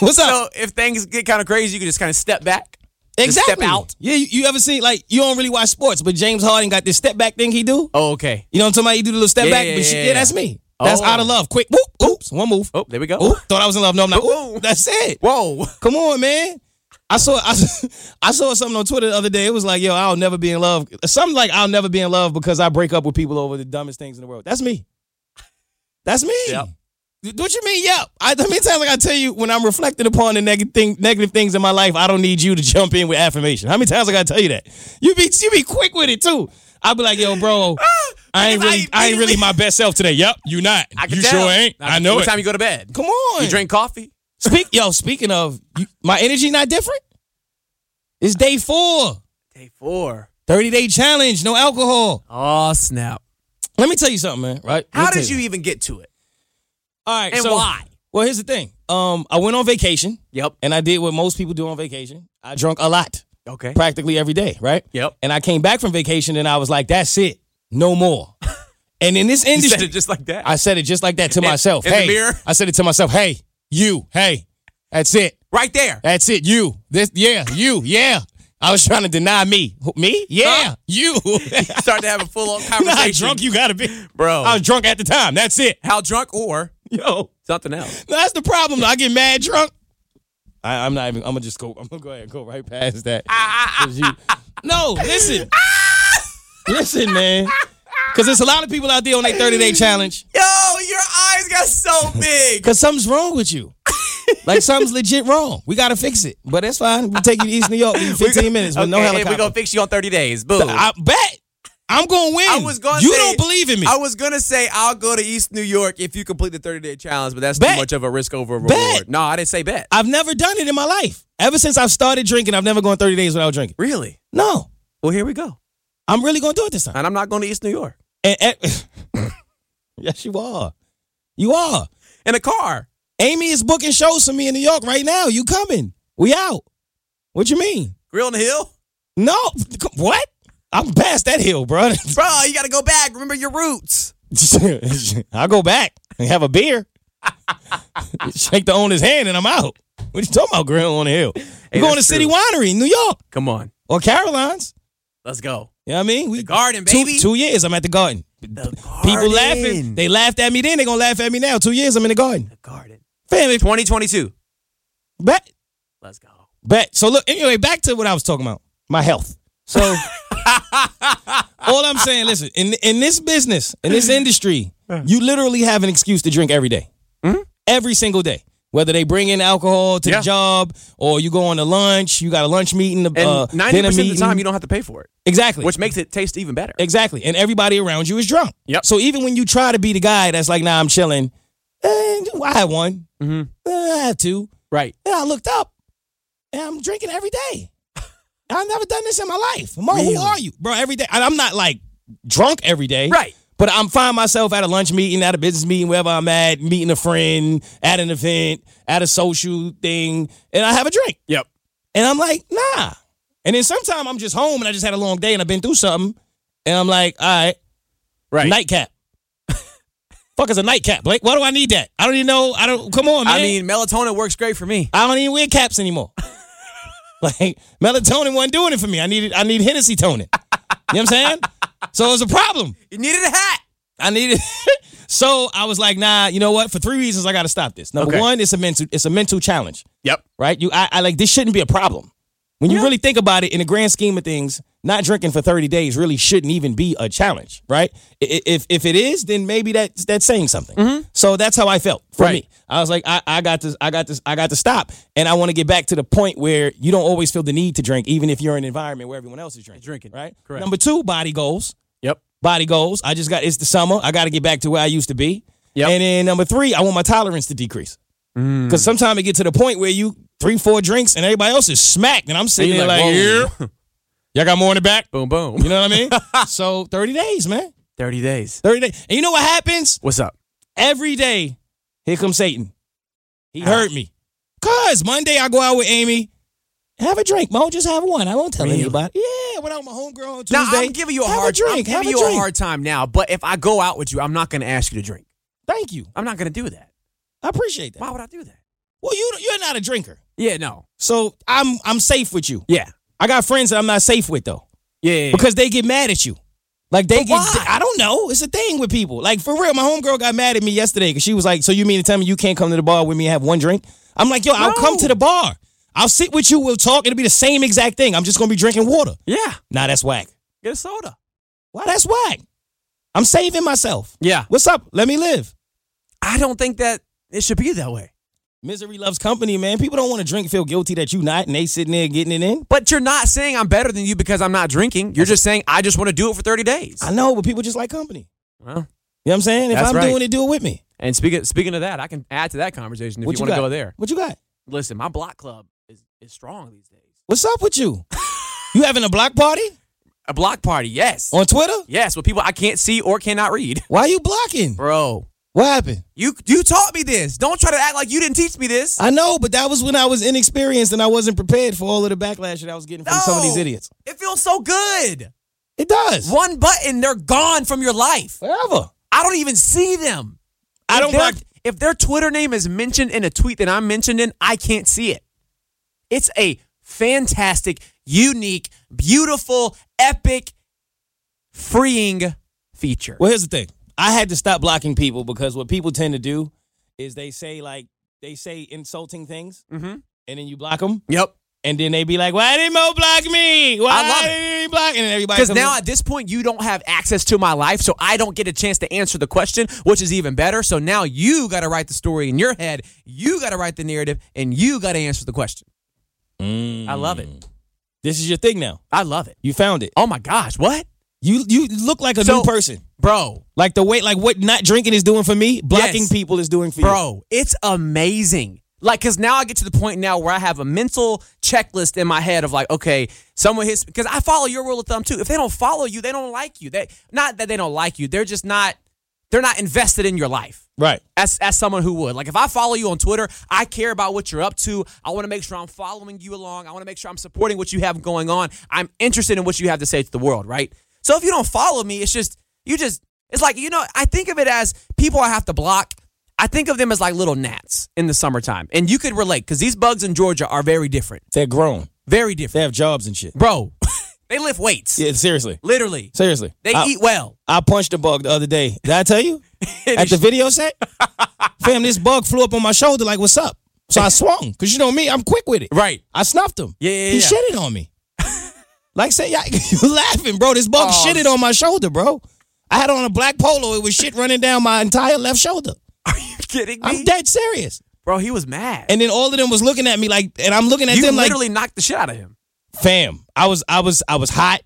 Speaker 2: What's up?
Speaker 3: So if things get kind of crazy, you can just kind of step back. Just
Speaker 2: exactly.
Speaker 3: Step out.
Speaker 2: Yeah, you, you ever seen like you don't really watch sports, but James Harden got this step back thing he do.
Speaker 3: Oh, okay.
Speaker 2: You know what I'm talking about? You do the little step
Speaker 3: Yeah,
Speaker 2: back,
Speaker 3: yeah,
Speaker 2: but shit,
Speaker 3: yeah,
Speaker 2: yeah,
Speaker 3: yeah.
Speaker 2: that's me. That's
Speaker 3: Oh.
Speaker 2: out of love. Quick, whoop, oops, one move.
Speaker 3: Oh, there we go.
Speaker 2: Oop, thought I was in love. No, I'm not.
Speaker 3: Ooh.
Speaker 2: Ooh, that's it.
Speaker 3: Whoa.
Speaker 2: Come on, man. I saw [laughs] I, I saw something on Twitter the other day. It was like, yo, I'll never be in love. Something like I'll never be in love because I break up with people over the dumbest things in the world. That's me. That's me.
Speaker 3: Yep.
Speaker 2: What you mean? Yep. I, how many times like I tell you when I'm reflecting upon the negative thing, negative things in my life, I don't need you to jump in with affirmation. How many times I gotta tell you that? You be you be quick with it too. I'll be like, yo,
Speaker 3: [laughs]
Speaker 2: bro, I ain't really,
Speaker 3: Ah, because I
Speaker 2: I ain't really
Speaker 3: immediately-
Speaker 2: my best self today. Yep, you not.
Speaker 3: I can
Speaker 2: you
Speaker 3: tell.
Speaker 2: sure ain't. I, know
Speaker 3: What
Speaker 2: it.
Speaker 3: time you go to bed?
Speaker 2: Come on.
Speaker 3: You drink coffee?
Speaker 2: Speak, yo. Speaking of, you, my energy not different. It's day four,
Speaker 3: Day four.
Speaker 2: 30 day challenge, no alcohol.
Speaker 3: Oh snap!
Speaker 2: Let me tell you something, man. Right? Let me
Speaker 3: How
Speaker 2: tell
Speaker 3: did you even get to it?
Speaker 2: All right.
Speaker 3: and
Speaker 2: so,
Speaker 3: why?
Speaker 2: Well, here's the thing. Um, I went on vacation,
Speaker 3: Yep.
Speaker 2: and I did what most people do on vacation. I drunk a lot,
Speaker 3: Okay.
Speaker 2: practically every day. Right?
Speaker 3: Yep.
Speaker 2: And I came back from vacation, and I was like, "That's it, no
Speaker 3: [laughs]
Speaker 2: more." and in this
Speaker 3: You
Speaker 2: industry,
Speaker 3: said it just like that.
Speaker 2: I said it just like that to myself.
Speaker 3: in the
Speaker 2: hey,
Speaker 3: mirror?
Speaker 2: I said it to myself. Hey, you. Hey, that's it.
Speaker 3: right there.
Speaker 2: That's it. You. This. Yeah. You. Yeah. I was trying to deny me. Who- Me? Yeah.
Speaker 3: Huh?
Speaker 2: You. [laughs]
Speaker 3: Start to have a [laughs] full on
Speaker 2: You know how
Speaker 3: conversation.
Speaker 2: drunk you gotta be,
Speaker 3: Bro.
Speaker 2: I was drunk at the time. That's it.
Speaker 3: How drunk or
Speaker 2: Yo.
Speaker 3: something else?
Speaker 2: That's the problem. though. I get mad drunk. I, I'm not even. I'm gonna just go. I'm gonna go ahead and go right past that.
Speaker 3: Ah,
Speaker 2: 'Cause you- no,
Speaker 3: [laughs]
Speaker 2: listen. listen, man. Because there's a lot of people out there on their 30 day challenge.
Speaker 3: Yo, your eyes got [laughs] so big.
Speaker 2: Because something's wrong with you. Like something's legit wrong. We gotta fix it. But that's fine. We'll take you to East New York in 15 minutes with no
Speaker 3: Okay,
Speaker 2: helicopter.
Speaker 3: We're gonna fix you on 30 days. Boom.
Speaker 2: I bet I'm gonna win.
Speaker 3: I was gonna
Speaker 2: You
Speaker 3: say-
Speaker 2: don't believe in me.
Speaker 3: I was gonna say I'll go to East New York if you complete the 30 day challenge, but that's
Speaker 2: Bet.
Speaker 3: too much of a risk over a reward.
Speaker 2: Bet.
Speaker 3: No, I didn't say bet.
Speaker 2: I've never done it in my life. Ever since I've started drinking, I've never gone 30 days without drinking.
Speaker 3: really?
Speaker 2: No,
Speaker 3: Well, here we go.
Speaker 2: I'm really gonna do it this time.
Speaker 3: And I'm not going to East New York
Speaker 2: And, and- [laughs] yes, you are. You are.
Speaker 3: in a car.
Speaker 2: Amy is booking shows for me in New York right now. You coming? We out. What you mean?
Speaker 3: Grill on the hill,
Speaker 2: No. [laughs] What? I'm past that hill, bro. [laughs]
Speaker 3: bro. You got to go back. Remember your roots.
Speaker 2: [laughs] I'll go back and have a
Speaker 3: [laughs]
Speaker 2: beer. Shake the owner's hand and I'm out. What you talking about, grill on the hill? We're going to
Speaker 3: that's
Speaker 2: City
Speaker 3: true.
Speaker 2: Winery in New York
Speaker 3: Come on,
Speaker 2: or Caroline's.
Speaker 3: let's go.
Speaker 2: You know what I mean? We
Speaker 3: The garden,
Speaker 2: two,
Speaker 3: baby.
Speaker 2: two years I'm at the garden.
Speaker 3: The
Speaker 2: People
Speaker 3: garden.
Speaker 2: laughing. They laughed at me then, they gonna laugh at me now. Two years I'm in the garden.
Speaker 3: The garden.
Speaker 2: Fam, if-
Speaker 3: 2022.
Speaker 2: bet.
Speaker 3: Let's go.
Speaker 2: Bet. So look, anyway, back to what I was talking about. My health.
Speaker 3: [laughs]
Speaker 2: So all I'm saying, listen, in in this business, in
Speaker 3: [clears throat]
Speaker 2: this industry, you literally have an excuse to drink every day. Every single day. Whether they bring in alcohol to
Speaker 3: Mm-hmm. Yeah.
Speaker 2: the job or you go on to lunch, you got a lunch meeting, a
Speaker 3: And
Speaker 2: uh,
Speaker 3: 90%
Speaker 2: dinner
Speaker 3: of
Speaker 2: meeting.
Speaker 3: the time, you don't have to pay for it,
Speaker 2: exactly.
Speaker 3: which makes it taste even better.
Speaker 2: Exactly. And everybody around you is drunk.
Speaker 3: Yep.
Speaker 2: So even when you try to be the guy that's like, nah, I'm chilling, eh, I had one,
Speaker 3: Mhm.
Speaker 2: eh, I had two.
Speaker 3: Right.
Speaker 2: And I looked up and I'm drinking every day. And I've never done this in my life. Mo,
Speaker 3: Really?
Speaker 2: who are you? Bro, every day. And I'm not like drunk every day.
Speaker 3: Right.
Speaker 2: But I'm find myself at a lunch meeting, at a business meeting, wherever I'm at, meeting a friend, at an event, at a social thing, and I have a drink.
Speaker 3: Yep.
Speaker 2: And I'm like, nah. And then sometime I'm just home and I just had a long day and I've been through something. And I'm like, all right,
Speaker 3: Right.
Speaker 2: nightcap. [laughs] Fuck is a nightcap, Blake? Why do I need that? I don't even know. I don't. Come on, man.
Speaker 3: I mean, melatonin works great for me.
Speaker 2: I don't even wear caps anymore. like melatonin wasn't doing it for me. I needed. I need Hennessy toning. you know what I'm saying? So it was a problem.
Speaker 3: You needed a hat.
Speaker 2: I needed. [laughs] so I was like, nah. You know what? For three reasons, I got to stop this. Number
Speaker 3: Okay.
Speaker 2: one, it's a mental. It's a mental challenge
Speaker 3: Yep.
Speaker 2: right? You, I, I like this shouldn't be a problem. When you really think about it, in the grand scheme of things, not drinking for thirty days really shouldn't even be a challenge, right? I- i- If if it is, then maybe that's that's saying something. So that's how I felt for
Speaker 3: Mm-hmm. Right.
Speaker 2: me. I was like, I, I got this, I got this, I got to stop, and I want to get back to the point where you don't always feel the need to drink, even if you're in an environment where everyone else is drinking.
Speaker 3: Drinking.
Speaker 2: right?
Speaker 3: Correct.
Speaker 2: Number two, body goals
Speaker 3: Yep.
Speaker 2: body goals. I just got it's the summer. I got to get back to where I used to be.
Speaker 3: Yep. Mm.
Speaker 2: And then number three, I want my tolerance to decrease because sometimes it get to the point where you three, four drinks and everybody else is smacked, and I'm sitting there
Speaker 3: you're
Speaker 2: like,
Speaker 3: like,
Speaker 2: yeah, y'all got more in the back.
Speaker 3: Boom, boom.
Speaker 2: You know what I
Speaker 3: [laughs]
Speaker 2: mean? so thirty days, man,
Speaker 3: 30 days.
Speaker 2: thirty days. And you know what happens
Speaker 3: What's up? Ah.
Speaker 2: every day? Here comes Satan. He heard me. Cause Monday I go out with Amy. Have a drink, Mo. Just have one. I won't tell anybody. Yeah, went out with my homegirl on Tuesday.
Speaker 3: Now I'm giving you a
Speaker 2: have
Speaker 3: hard
Speaker 2: a drink.
Speaker 3: I'm
Speaker 2: have
Speaker 3: giving you
Speaker 2: drink.
Speaker 3: a hard time now, but if I go out with you, I'm not going to ask you to drink.
Speaker 2: Thank you.
Speaker 3: I'm not going to do that.
Speaker 2: I appreciate that.
Speaker 3: Why would I do that?
Speaker 2: Well, you you're not a drinker,
Speaker 3: Yeah, no.
Speaker 2: so I'm I'm safe with you.
Speaker 3: Yeah.
Speaker 2: I got friends that I'm not safe with though.
Speaker 3: Yeah. yeah, yeah.
Speaker 2: because they get mad at you. Like they
Speaker 3: But
Speaker 2: get,
Speaker 3: why?
Speaker 2: I don't know. It's a thing with people. Like for real, my homegirl got mad at me yesterday because she was like, "So you mean to tell me you can't come to the bar with me and have one drink?" I'm like, "Yo, I'll come
Speaker 3: No.
Speaker 2: to the bar. I'll sit with you. We'll talk. It'll be the same exact thing. I'm just gonna be drinking water."
Speaker 3: yeah.
Speaker 2: Nah, that's whack.
Speaker 3: Get a soda.
Speaker 2: Why that's whack? I'm saving myself.
Speaker 3: Yeah.
Speaker 2: What's up? Let me live.
Speaker 3: I don't think that it should be that way.
Speaker 2: Misery loves company, man. People don't want to drink, feel guilty that you not, and they sitting there getting it in.
Speaker 3: But you're not saying I'm better than you because I'm not drinking. You're just saying I just want to do it for 30 days.
Speaker 2: I know, but people just like company.
Speaker 3: Well,
Speaker 2: You know what I'm saying? If
Speaker 3: That's
Speaker 2: I'm
Speaker 3: right.
Speaker 2: doing it, do it with me.
Speaker 3: and speaking speaking of that, I can add to that conversation if
Speaker 2: What
Speaker 3: you want to
Speaker 2: got?
Speaker 3: go there.
Speaker 2: What you got?
Speaker 3: Listen, my block club is, is strong these days.
Speaker 2: What's up with you? [laughs] you having a block party
Speaker 3: A block party, yes.
Speaker 2: on Twitter?
Speaker 3: yes, with people I can't see or cannot
Speaker 2: [laughs]
Speaker 3: read.
Speaker 2: Why you blocking?
Speaker 3: Bro,
Speaker 2: What happened?
Speaker 3: you you taught me this. Don't try to act like you didn't teach me this.
Speaker 2: I know, but that was when I was inexperienced and I wasn't prepared for all of the backlash that I was getting from some of these
Speaker 3: No.
Speaker 2: idiots.
Speaker 3: It feels so good.
Speaker 2: It does.
Speaker 3: One button, they're gone from your life.
Speaker 2: Forever.
Speaker 3: I don't even see them.
Speaker 2: I
Speaker 3: If
Speaker 2: don't
Speaker 3: their-
Speaker 2: block.
Speaker 3: If their Twitter name is mentioned in a tweet that I'm mentioned in, I can't see it. It's a fantastic, unique, beautiful, epic, freeing feature.
Speaker 2: Well, here's the thing. I had to stop blocking people because what people tend to do is they say like they say insulting things,
Speaker 3: Mm-hmm.
Speaker 2: and then you block them,
Speaker 3: Yep.
Speaker 2: and then they be like, "Why didn't Mo block me? Why
Speaker 3: I love it.
Speaker 2: didn't he block?" And then everybody
Speaker 3: Because
Speaker 2: comes
Speaker 3: now
Speaker 2: in-
Speaker 3: at this point, you don't have access to my life, so I don't get a chance to answer the question, which is even better. So now you got to write the story in your head, you got to write the narrative, and you got to answer the question.
Speaker 2: Mm.
Speaker 3: I love it.
Speaker 2: this is your thing now.
Speaker 3: I love it.
Speaker 2: You found it.
Speaker 3: Oh my gosh, what?
Speaker 2: You you look like a
Speaker 3: So-
Speaker 2: new person.
Speaker 3: Bro,
Speaker 2: Like the way, like what not drinking is doing for me, blocking
Speaker 3: Yes.
Speaker 2: people is doing for you.
Speaker 3: bro, it's amazing. Like, cause now I get to the point now where I have a mental checklist in my head of like, okay, someone hits because I follow your rule of thumb too. If they don't follow you, they don't like you. They not that they don't like you. They're just not. They're not invested in your life.
Speaker 2: Right.
Speaker 3: as as someone who would. Like if I follow you on Twitter, I care about what you're up to. I want to make sure I'm following you along. I want to make sure I'm supporting what you have going on. I'm interested in what you have to say to the world, right? So if you don't follow me, it's just you just it's like, you know, I think of it as people I have to block. I think of them as like little gnats in the summertime. And you could relate cuz these bugs in Georgia are very different.
Speaker 2: They're grown.
Speaker 3: Very
Speaker 2: They
Speaker 3: different.
Speaker 2: have jobs and shit.
Speaker 3: Bro, [laughs] they lift weights.
Speaker 2: Yeah, seriously.
Speaker 3: Literally.
Speaker 2: Seriously.
Speaker 3: They
Speaker 2: I,
Speaker 3: eat well. [laughs]
Speaker 2: I punched a bug the other day. Did I tell you? At the
Speaker 3: is-
Speaker 2: video
Speaker 3: [laughs]
Speaker 2: set? Fam, this bug flew up on my shoulder like, what's up? So I swung. Cause you know me, I'm quick with it.
Speaker 3: Right.
Speaker 2: I snuffed him.
Speaker 3: Yeah, yeah,
Speaker 2: He
Speaker 3: yeah.
Speaker 2: shitted on
Speaker 3: [laughs]
Speaker 2: me. like say, yeah, [laughs] you laughing, bro. This bug
Speaker 3: Oh.
Speaker 2: shitted on my shoulder, bro. I had on a black polo. It was shit running down my entire left shoulder.
Speaker 3: Are you kidding me?
Speaker 2: I'm dead serious.
Speaker 3: Bro, he was mad.
Speaker 2: And then all of them was looking at me like, and I'm looking at
Speaker 3: you
Speaker 2: them like,
Speaker 3: literally knocked the shit out of him.
Speaker 2: fam, I was, I was, I was
Speaker 3: [laughs]
Speaker 2: hot.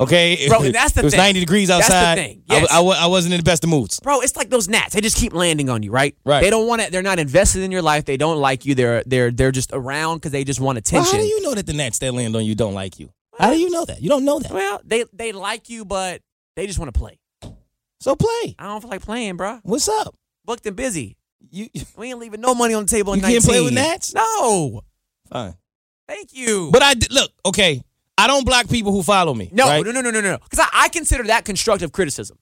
Speaker 2: Okay,
Speaker 3: Bro, and that's the
Speaker 2: It was
Speaker 3: thing.
Speaker 2: 90 degrees
Speaker 3: That's the
Speaker 2: outside.
Speaker 3: thing,
Speaker 2: I wa-
Speaker 3: yes.
Speaker 2: I, wa- I wasn't in the best of moods.
Speaker 3: bro, it's like those gnats. They just keep landing on you, right?
Speaker 2: Right.
Speaker 3: They don't want to. They're not invested in your life. They don't like you. They're they're they're just around because they just want
Speaker 2: Well,
Speaker 3: attention.
Speaker 2: how do you know that the gnats that land on you don't like you? How do you know that? You don't know that.
Speaker 3: Well, they they like you, but they just want to play.
Speaker 2: So play.
Speaker 3: I don't feel like playing, bro.
Speaker 2: What's up?
Speaker 3: Booked and busy.
Speaker 2: You [laughs]
Speaker 3: We ain't leaving no money on the table. in
Speaker 2: You can't play with
Speaker 3: 19.
Speaker 2: gnats?
Speaker 3: No.
Speaker 2: fine.
Speaker 3: Thank you.
Speaker 2: But I did, look. Okay, I don't block people who follow me.
Speaker 3: no,
Speaker 2: right?
Speaker 3: no, no, no, no, no. Because I, I consider that constructive criticism.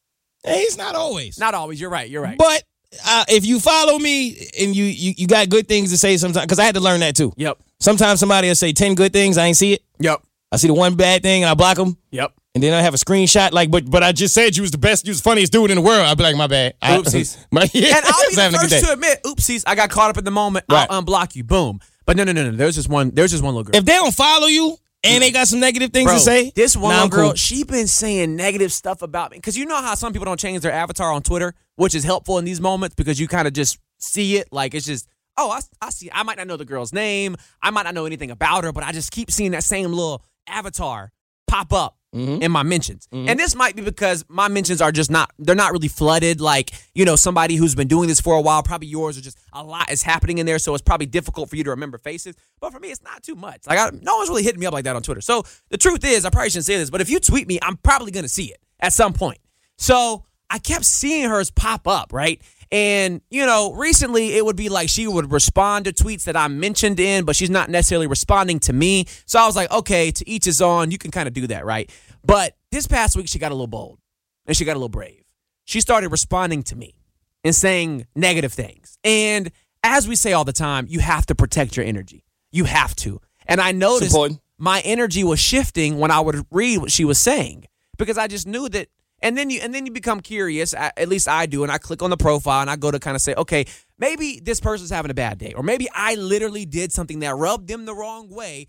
Speaker 2: Hey, it's not always.
Speaker 3: Not always. You're right. You're right.
Speaker 2: But uh, if you follow me and you, you you got good things to say sometimes, because I had to learn that too.
Speaker 3: yep.
Speaker 2: Sometimes somebody will say ten good things, I ain't see it.
Speaker 3: Yep.
Speaker 2: I see the one bad thing and I block them. [laughs]
Speaker 3: Yep.
Speaker 2: And then I have a screenshot like, but but I just said you was the best, you was the funniest dude in the world. I'd be like, my bad. I- [laughs]
Speaker 3: Oopsies.
Speaker 2: my, yeah,
Speaker 3: And I'll be
Speaker 2: I was having
Speaker 3: the
Speaker 2: a good
Speaker 3: first
Speaker 2: day.
Speaker 3: to admit, oopsies, I got caught up in the moment. I'll
Speaker 2: Right.
Speaker 3: unblock you. Boom. But no, no, no, no. There's just one. There's just one little girl.
Speaker 2: If they don't follow you and they got some negative things
Speaker 3: Bro,
Speaker 2: to say,
Speaker 3: This one
Speaker 2: nah,
Speaker 3: little
Speaker 2: I'm
Speaker 3: girl,
Speaker 2: cool.
Speaker 3: she been saying negative stuff about me because you know how some people don't change their avatar on Twitter, which is helpful in these moments because you kind of just see it. Like it's just, oh, I, I see. I might not know the girl's name, I might not know anything about her, but I just keep seeing that same little avatar pop up.
Speaker 2: Mm-hmm.
Speaker 3: In my mentions, and this might be because my mentions are just not—they're not really flooded. Like you know, somebody who's been doing this for a while, probably yours, or just a lot is happening in there, so it's probably difficult for you to remember faces. But for me, it's not too much. Like I, no one's really hitting me up like that on Twitter. So the truth is, I probably shouldn't say this, but if you tweet me, I'm probably gonna see it at some point. So I kept seeing hers pop up, right? And, you know, recently it would be like she would respond to tweets that I mentioned in, but she's not necessarily responding to me. So I was like, okay, to each his own. You can kind of do that, right? But this past week, she got a little bold and she got a little brave. She started responding to me and saying negative things. And as we say all the time, you have to protect your energy. You have to. And I noticed
Speaker 2: important.
Speaker 3: my energy was shifting when I would read what she was saying because I just knew that. And then you and then you become curious. I, at least I do, and I click on the profile and I go to kind of say, okay, maybe this person's having a bad day, or maybe I literally did something that rubbed them the wrong way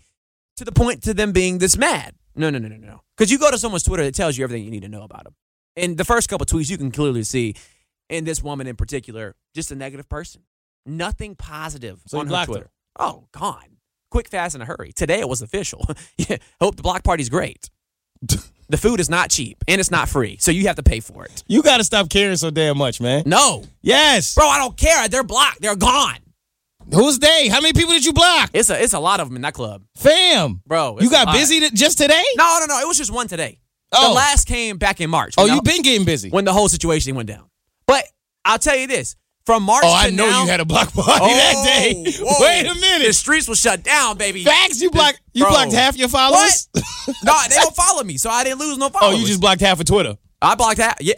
Speaker 3: to the point to them being this mad. No, no, no, no, no. Because you go to someone's Twitter, it tells you everything you need to know about them. And the first couple tweets, you can clearly see, and this woman in particular, just a negative person. Nothing positive
Speaker 2: So you
Speaker 3: on her
Speaker 2: blocked her.
Speaker 3: Twitter. Oh, gone. Quick, fast, in a hurry. Today it was official. [laughs] yeah, hope the block
Speaker 2: [laughs]
Speaker 3: party's great. the food is not cheap and it's not free, so you have to pay for it.
Speaker 2: You got to stop caring so damn much, man.
Speaker 3: No,
Speaker 2: Yes.
Speaker 3: Mm. bro, I don't care. They're blocked. They're gone.
Speaker 2: Who's they? How many people did you block?
Speaker 3: It's a it's a lot of them in that club,
Speaker 2: Fam.
Speaker 3: bro. it's
Speaker 2: You
Speaker 3: a
Speaker 2: got
Speaker 3: lot.
Speaker 2: busy t- just today?
Speaker 3: No, no, no. It was just one today.
Speaker 2: Oh.
Speaker 3: The last came back in March.
Speaker 2: Oh,
Speaker 3: when
Speaker 2: you
Speaker 3: the-
Speaker 2: been getting busy.
Speaker 3: when the whole situation went down. But I'll tell you this: from March.
Speaker 2: Oh, I
Speaker 3: to
Speaker 2: know
Speaker 3: now-
Speaker 2: you had a block party
Speaker 3: Oh,
Speaker 2: that day. [laughs]
Speaker 3: whoa.
Speaker 2: Wait a
Speaker 3: The
Speaker 2: minute.
Speaker 3: streets was shut down, baby.
Speaker 2: Facts, you blocked you
Speaker 3: Bro.
Speaker 2: blocked half your
Speaker 3: What?
Speaker 2: followers?
Speaker 3: no, they don't follow me, so I didn't lose
Speaker 2: [laughs]
Speaker 3: no
Speaker 2: Oh,
Speaker 3: followers.
Speaker 2: you just blocked half of Twitter.
Speaker 3: I blocked that.
Speaker 2: [laughs]
Speaker 3: Yeah,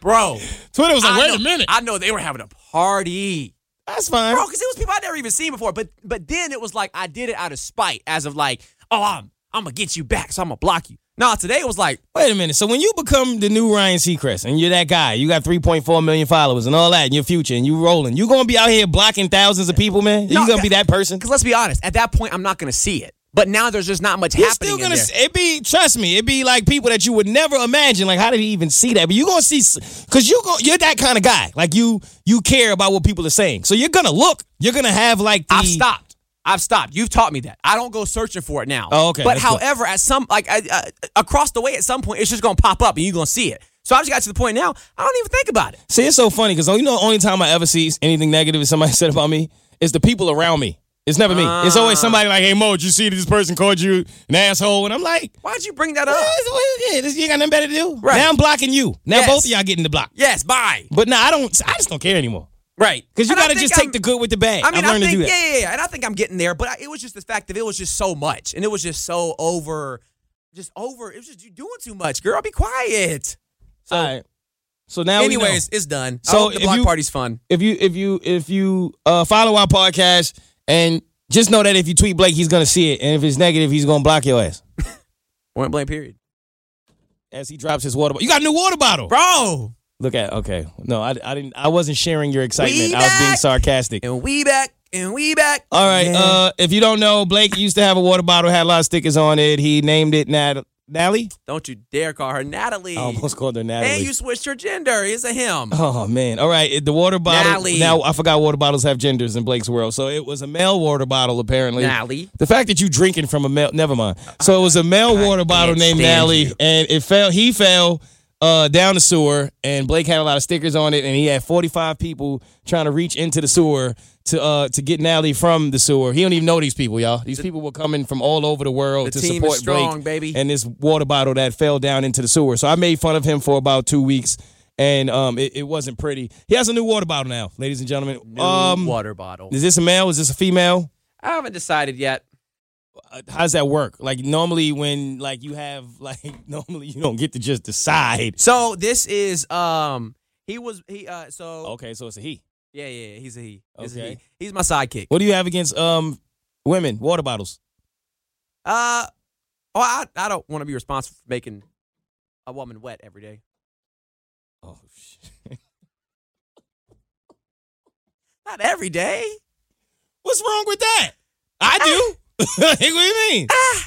Speaker 3: bro.
Speaker 2: Twitter was like,
Speaker 3: I
Speaker 2: wait
Speaker 3: know-
Speaker 2: a minute.
Speaker 3: I know they were having a party.
Speaker 2: That's fine.
Speaker 3: bro, because it was people I'd never even seen before. But but then it was like I did it out of spite, as of like, oh, I'm I'm gonna get you back, so I'm gonna block you. Nah, today it was like,
Speaker 2: Wait a minute. So when you become the new Ryan Seacrest and you're that guy, you got 3.4 million followers and all that in your future and you rolling, you gonna be out here blocking thousands of people, man?
Speaker 3: No,
Speaker 2: you gonna
Speaker 3: that-
Speaker 2: be that person?
Speaker 3: because let's be honest, at that point I'm not gonna see it. But now there's just not much
Speaker 2: You
Speaker 3: happening.
Speaker 2: still
Speaker 3: in
Speaker 2: gonna
Speaker 3: there.
Speaker 2: s- it be trust me, it be like people that you would never imagine. Like, how did he even see that? But you gonna see s- cause you go you're that kind of guy. Like you you care about what people are saying. So you're gonna look, you're gonna have like the
Speaker 3: I've stopped. I've stopped. You've taught me that. I don't go searching for it now.
Speaker 2: Oh, okay.
Speaker 3: But
Speaker 2: That's good.
Speaker 3: however, at some like I, I, across the way, at some point, it's just gonna pop up and you're gonna see it. So I just got to the point now. I don't even think about it.
Speaker 2: See, it's so funny because you know the only time I ever see anything negative is somebody [laughs] said about me is the people around me. It's never me. it's always
Speaker 3: Ah.
Speaker 2: somebody like, "Hey Mo, did you see this person called you an asshole?" And I'm like,
Speaker 3: Why'd you bring that
Speaker 2: "Eh,
Speaker 3: up?
Speaker 2: well, yeah, this- you ain't got nothing better to do."
Speaker 3: Ah. Right.
Speaker 2: Now I'm blocking you. Now
Speaker 3: Yes.
Speaker 2: both of y'all getting the block.
Speaker 3: Yes. Bye.
Speaker 2: But now I don't. I just don't care anymore
Speaker 3: Right.
Speaker 2: because you
Speaker 3: And I
Speaker 2: got to
Speaker 3: think
Speaker 2: just take
Speaker 3: I'm-
Speaker 2: the good with the bad.
Speaker 3: I
Speaker 2: I've
Speaker 3: mean, I
Speaker 2: learned
Speaker 3: think
Speaker 2: to do that.
Speaker 3: yeah, yeah, yeah, and I think I'm getting there. But I, it was just the fact that it was just so much, and it was just so over, just over. It was just you doing too much, girl. Be quiet. So,
Speaker 2: All right. So now, we know.
Speaker 3: anyways, it's done.
Speaker 2: So
Speaker 3: So the
Speaker 2: if
Speaker 3: block
Speaker 2: you-
Speaker 3: party's fun.
Speaker 2: if you if you if you uh, follow our podcast and just know that if you tweet Blake, he's gonna see it, and if it's negative, he's gonna block your ass
Speaker 3: Point blank. Period.
Speaker 2: as he drops his water. bottle. You got a new water bottle,
Speaker 3: Bro,
Speaker 2: Look at okay. No, I, I didn't. I wasn't sharing your excitement.
Speaker 3: We
Speaker 2: I was being
Speaker 3: back.
Speaker 2: sarcastic.
Speaker 3: and we back, and we back.
Speaker 2: All right.
Speaker 3: Yeah.
Speaker 2: Uh, if you don't know, Blake used to have a water bottle had a lot of stickers on it. He named it Nat- Natalie.
Speaker 3: Don't you dare call her Natalie.
Speaker 2: I almost called her Natalie.
Speaker 3: and you switched your gender. It's a him.
Speaker 2: Oh man! All right, it- the water bottle.
Speaker 3: Natalie.
Speaker 2: Now I forgot water bottles have genders in Blake's world, so it was a male water bottle apparently.
Speaker 3: Natalie.
Speaker 2: The fact that you drinking from a male, never mind. So it was a male water bottle
Speaker 3: can't
Speaker 2: named
Speaker 3: stand
Speaker 2: Natalie,
Speaker 3: you.
Speaker 2: and it fell. He fell uh, down the sewer, and Blake had a lot of stickers on it, and he had forty five people trying to reach into the sewer to uh, to get Natalie from the sewer. He don't even know these people, y'all. These people were coming from all over the world
Speaker 3: The
Speaker 2: to
Speaker 3: team is
Speaker 2: support
Speaker 3: strong,
Speaker 2: Blake
Speaker 3: baby.
Speaker 2: and this water bottle that fell down into the sewer. So I made fun of him for about two weeks, and um, it, it wasn't pretty. He has a new water bottle now, ladies and gentlemen.
Speaker 3: New
Speaker 2: um,
Speaker 3: water bottle.
Speaker 2: is this a male? Is this a female?
Speaker 3: I haven't decided yet.
Speaker 2: Uh, How does that work? Like normally, when like you have [laughs] like normally you don't get to just decide.
Speaker 3: So this is um. He was he uh. So
Speaker 2: Okay, so it's a he.
Speaker 3: yeah, yeah, yeah, he's a he. He's a
Speaker 2: Okay.
Speaker 3: he. He's my sidekick.
Speaker 2: What do you have against um women water bottles?
Speaker 3: Uh, oh, I, I don't want to be responsible for making a woman wet every day.
Speaker 2: Oh shit.
Speaker 3: Not every day.
Speaker 2: What's wrong with that? I do. Like, [laughs] what do you mean? Eh.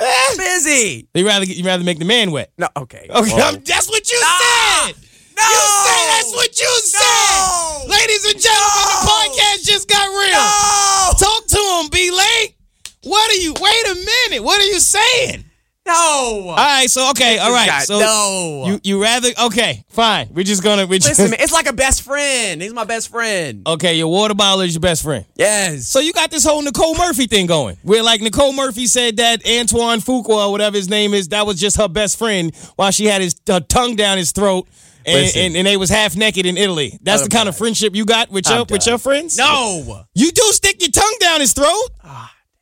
Speaker 3: I'm busy.
Speaker 2: You rather you rather make the man wet.
Speaker 3: No, okay.
Speaker 2: Okay,
Speaker 3: Whoa.
Speaker 2: I'm- that's what you
Speaker 3: Ah,
Speaker 2: said.
Speaker 3: Oh. no.
Speaker 2: You said that's what you said.
Speaker 3: No.
Speaker 2: Ladies and gentlemen, the
Speaker 3: No.
Speaker 2: podcast just got real.
Speaker 3: No.
Speaker 2: Talk to him, B Lake. What are you? Wait a minute. What are you saying?
Speaker 3: No.
Speaker 2: All right. So okay. All right.
Speaker 3: God,
Speaker 2: So
Speaker 3: no.
Speaker 2: you you rather okay? Fine. We're just gonna we just
Speaker 3: Listen, man, it's like a best friend. He's my best friend.
Speaker 2: okay. Your water bottle is your best friend.
Speaker 3: Yes.
Speaker 2: So you got this whole Nicole Murphy thing going, where like Nicole Murphy said that Antoine Fuqua, or whatever his name is, that was just her best friend while she had his her tongue down his throat and,
Speaker 4: Listen.
Speaker 2: and, and they was half naked in Italy. That's the kind of friendship you got with your with your friends.
Speaker 3: No. Ah.
Speaker 2: you do stick your tongue down his throat.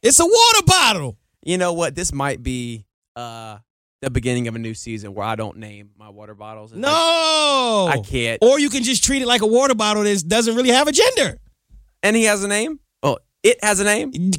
Speaker 2: It's a water bottle.
Speaker 3: You know what? This might be uh the beginning of a new season where I don't name my water bottles.
Speaker 2: No, I
Speaker 3: can't.
Speaker 2: Or you can just treat it like a water bottle that doesn't really have a gender.
Speaker 3: And he has a name? Oh, it has a name?
Speaker 2: Name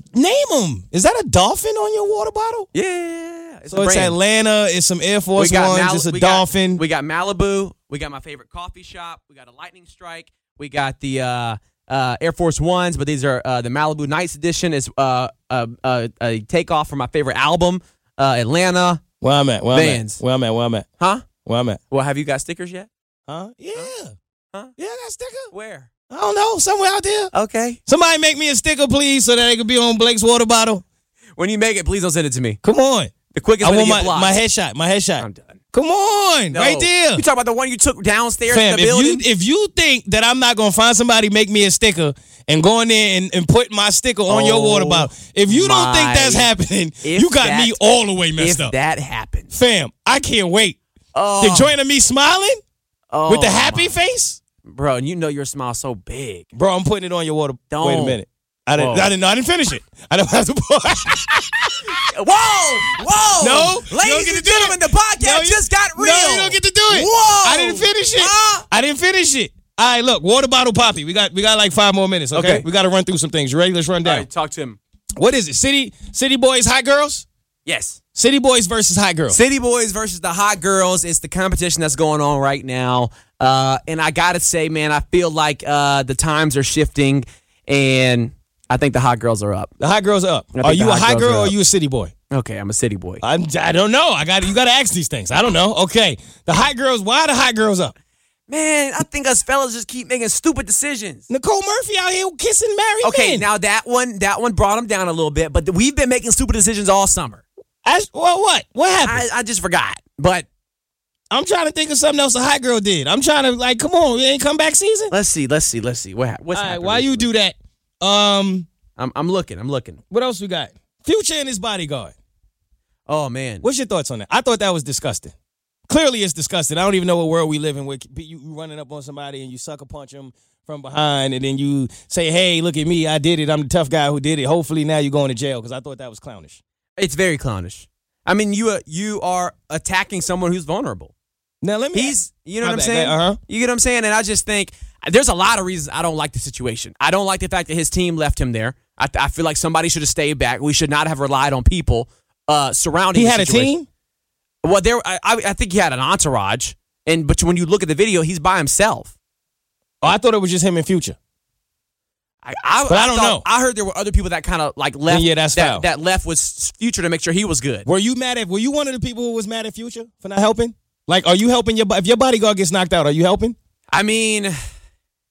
Speaker 2: them. Is that a dolphin on your water bottle?
Speaker 3: Yeah. It's
Speaker 2: So
Speaker 3: a
Speaker 2: it's
Speaker 3: brand.
Speaker 2: Atlanta. It's some Air Force Ones.
Speaker 3: Mali-
Speaker 2: it's a
Speaker 3: we got-
Speaker 2: dolphin.
Speaker 3: we got Malibu. We got my favorite coffee shop. We got a lightning strike. We got the uh, uh, Air Force Ones, but these are uh, the Malibu Nights edition. Is uh, uh, uh, a takeoff from my favorite album, uh, Atlanta.
Speaker 2: where I'm at. Where
Speaker 3: Vans.
Speaker 2: I'm at. Where I'm at. Where I'm at.
Speaker 3: Huh?
Speaker 2: Where I'm at.
Speaker 3: Well, have you got stickers yet?
Speaker 2: Huh? Yeah.
Speaker 3: Huh?
Speaker 2: Yeah, that sticker.
Speaker 3: Where?
Speaker 2: I don't know. Somewhere out there.
Speaker 3: Okay.
Speaker 2: Somebody make me a sticker, please, so that it could be on Blake's water bottle.
Speaker 3: When you make it, please don't send it to me.
Speaker 2: Come on.
Speaker 3: The quickest
Speaker 2: I
Speaker 3: way to
Speaker 2: want
Speaker 3: get
Speaker 2: my,
Speaker 3: blocked.
Speaker 2: my headshot. My headshot.
Speaker 3: I'm done.
Speaker 2: Come on.
Speaker 3: Um, No.
Speaker 2: Right there.
Speaker 3: You talking about the one you took downstairs in
Speaker 2: Fam,
Speaker 3: the
Speaker 2: if
Speaker 3: building?
Speaker 2: you if you think that I'm not gonna find somebody make me a sticker and go in there and, and put my sticker on your
Speaker 3: Oh,
Speaker 2: water bottle, if you don't think
Speaker 3: my.
Speaker 2: that's happening,
Speaker 3: If
Speaker 2: you got me
Speaker 3: that-
Speaker 2: all the way messed
Speaker 3: if
Speaker 2: up.
Speaker 3: that happens,
Speaker 2: Fam, I can't wait.
Speaker 3: oh,
Speaker 2: The joint of me smiling
Speaker 3: oh,
Speaker 2: with the happy
Speaker 3: my-
Speaker 2: face,
Speaker 3: bro, and you know your smile's so big.
Speaker 2: bro. I'm putting it on your water. Wait a
Speaker 3: Don't.
Speaker 2: minute. I didn't.
Speaker 3: Whoa.
Speaker 2: I didn't. I didn't finish it. [laughs] I don't have to.
Speaker 3: Whoa! Whoa!
Speaker 2: No, you don't
Speaker 3: Ladies
Speaker 2: get to
Speaker 3: and
Speaker 2: do
Speaker 3: gentlemen,
Speaker 2: it.
Speaker 3: the podcast
Speaker 2: No, you-
Speaker 3: just got real.
Speaker 2: No, you don't get to do it.
Speaker 3: Whoa!
Speaker 2: I didn't finish it.
Speaker 3: Huh?
Speaker 2: I didn't finish it. All right, look, water bottle poppy. We got we got like five more minutes. Okay,
Speaker 3: Okay.
Speaker 2: we got to run through some things. You ready? Let's run
Speaker 3: All
Speaker 2: down.
Speaker 3: right, talk to him.
Speaker 2: What is it? City City boys, hot girls.
Speaker 3: Yes.
Speaker 2: City boys versus hot girls.
Speaker 3: City Boys versus the Hot Girls. It's the competition that's going on right now. Uh, and I gotta say, man, I feel like uh, the times are shifting, and I think the Hot Girls are up.
Speaker 2: the hot girls are up.
Speaker 3: think
Speaker 2: Are
Speaker 3: the
Speaker 2: you a
Speaker 3: hot
Speaker 2: hot
Speaker 3: girls
Speaker 2: girl
Speaker 3: are
Speaker 2: or
Speaker 3: up.
Speaker 2: you a city boy?
Speaker 3: Okay, I'm a City Boy.
Speaker 2: I'm. I don't know. I got. You got to ask these things. I don't know. Okay. The hot girls. Why the hot girls up?
Speaker 3: Man, I think us fellas just keep making stupid decisions.
Speaker 2: Nicole Murphy out here kissing married
Speaker 3: Okay,
Speaker 2: men.
Speaker 3: now that one, that one brought him down a little bit, but we've been making stupid decisions all summer.
Speaker 2: As- well, what? What happened?
Speaker 3: I, I just forgot, but
Speaker 2: I, am trying to think of something else a hot girl did. I'm trying to like, come on, it ain't comeback season.
Speaker 3: Let's see. Let's see. Let's see. What hap- what's
Speaker 2: All right,
Speaker 3: happening?
Speaker 2: why you do that? Um,
Speaker 3: I'm, I'm looking. I'm looking.
Speaker 2: what else we got? Future and his bodyguard.
Speaker 3: Oh man.
Speaker 2: What's your thoughts on that? I thought that was disgusting. Clearly, it's disgusting. I don't even know what world we live in where you you running up on somebody and you sucker punch them from behind, and then you say, "Hey, look at me! I did it. I'm the tough guy who did it." Hopefully, now you're going to jail because I thought that was clownish.
Speaker 3: It's very clownish. I mean, you uh, you are attacking someone who's vulnerable.
Speaker 2: Now let me.
Speaker 3: He's. You know
Speaker 2: My
Speaker 3: what I'm
Speaker 2: bad,
Speaker 3: saying?
Speaker 2: uh-huh.
Speaker 3: You get what I'm saying? And I just think there's a lot of reasons I don't like the situation. I don't like the fact that his team left him there. I, I feel like somebody should have stayed back. We should not have relied on people uh, surrounding.
Speaker 2: he
Speaker 3: the
Speaker 2: had a
Speaker 3: situation.
Speaker 2: team.
Speaker 3: Well, there. I, I I think he had an entourage. And but when you look at the video, he's by himself.
Speaker 2: Oh, I thought it was just him and Future.
Speaker 3: I, I,
Speaker 2: But I don't
Speaker 3: thought-
Speaker 2: know.
Speaker 3: I heard there were other people that kind of like left.
Speaker 2: yeah, that's foul.
Speaker 3: that, that left was future to make sure he was good.
Speaker 2: Were you mad at? Were you one of the people who was mad at Future for not helping? Like, are you helping your? bo- If your bodyguard gets knocked out, are you helping?
Speaker 3: I mean,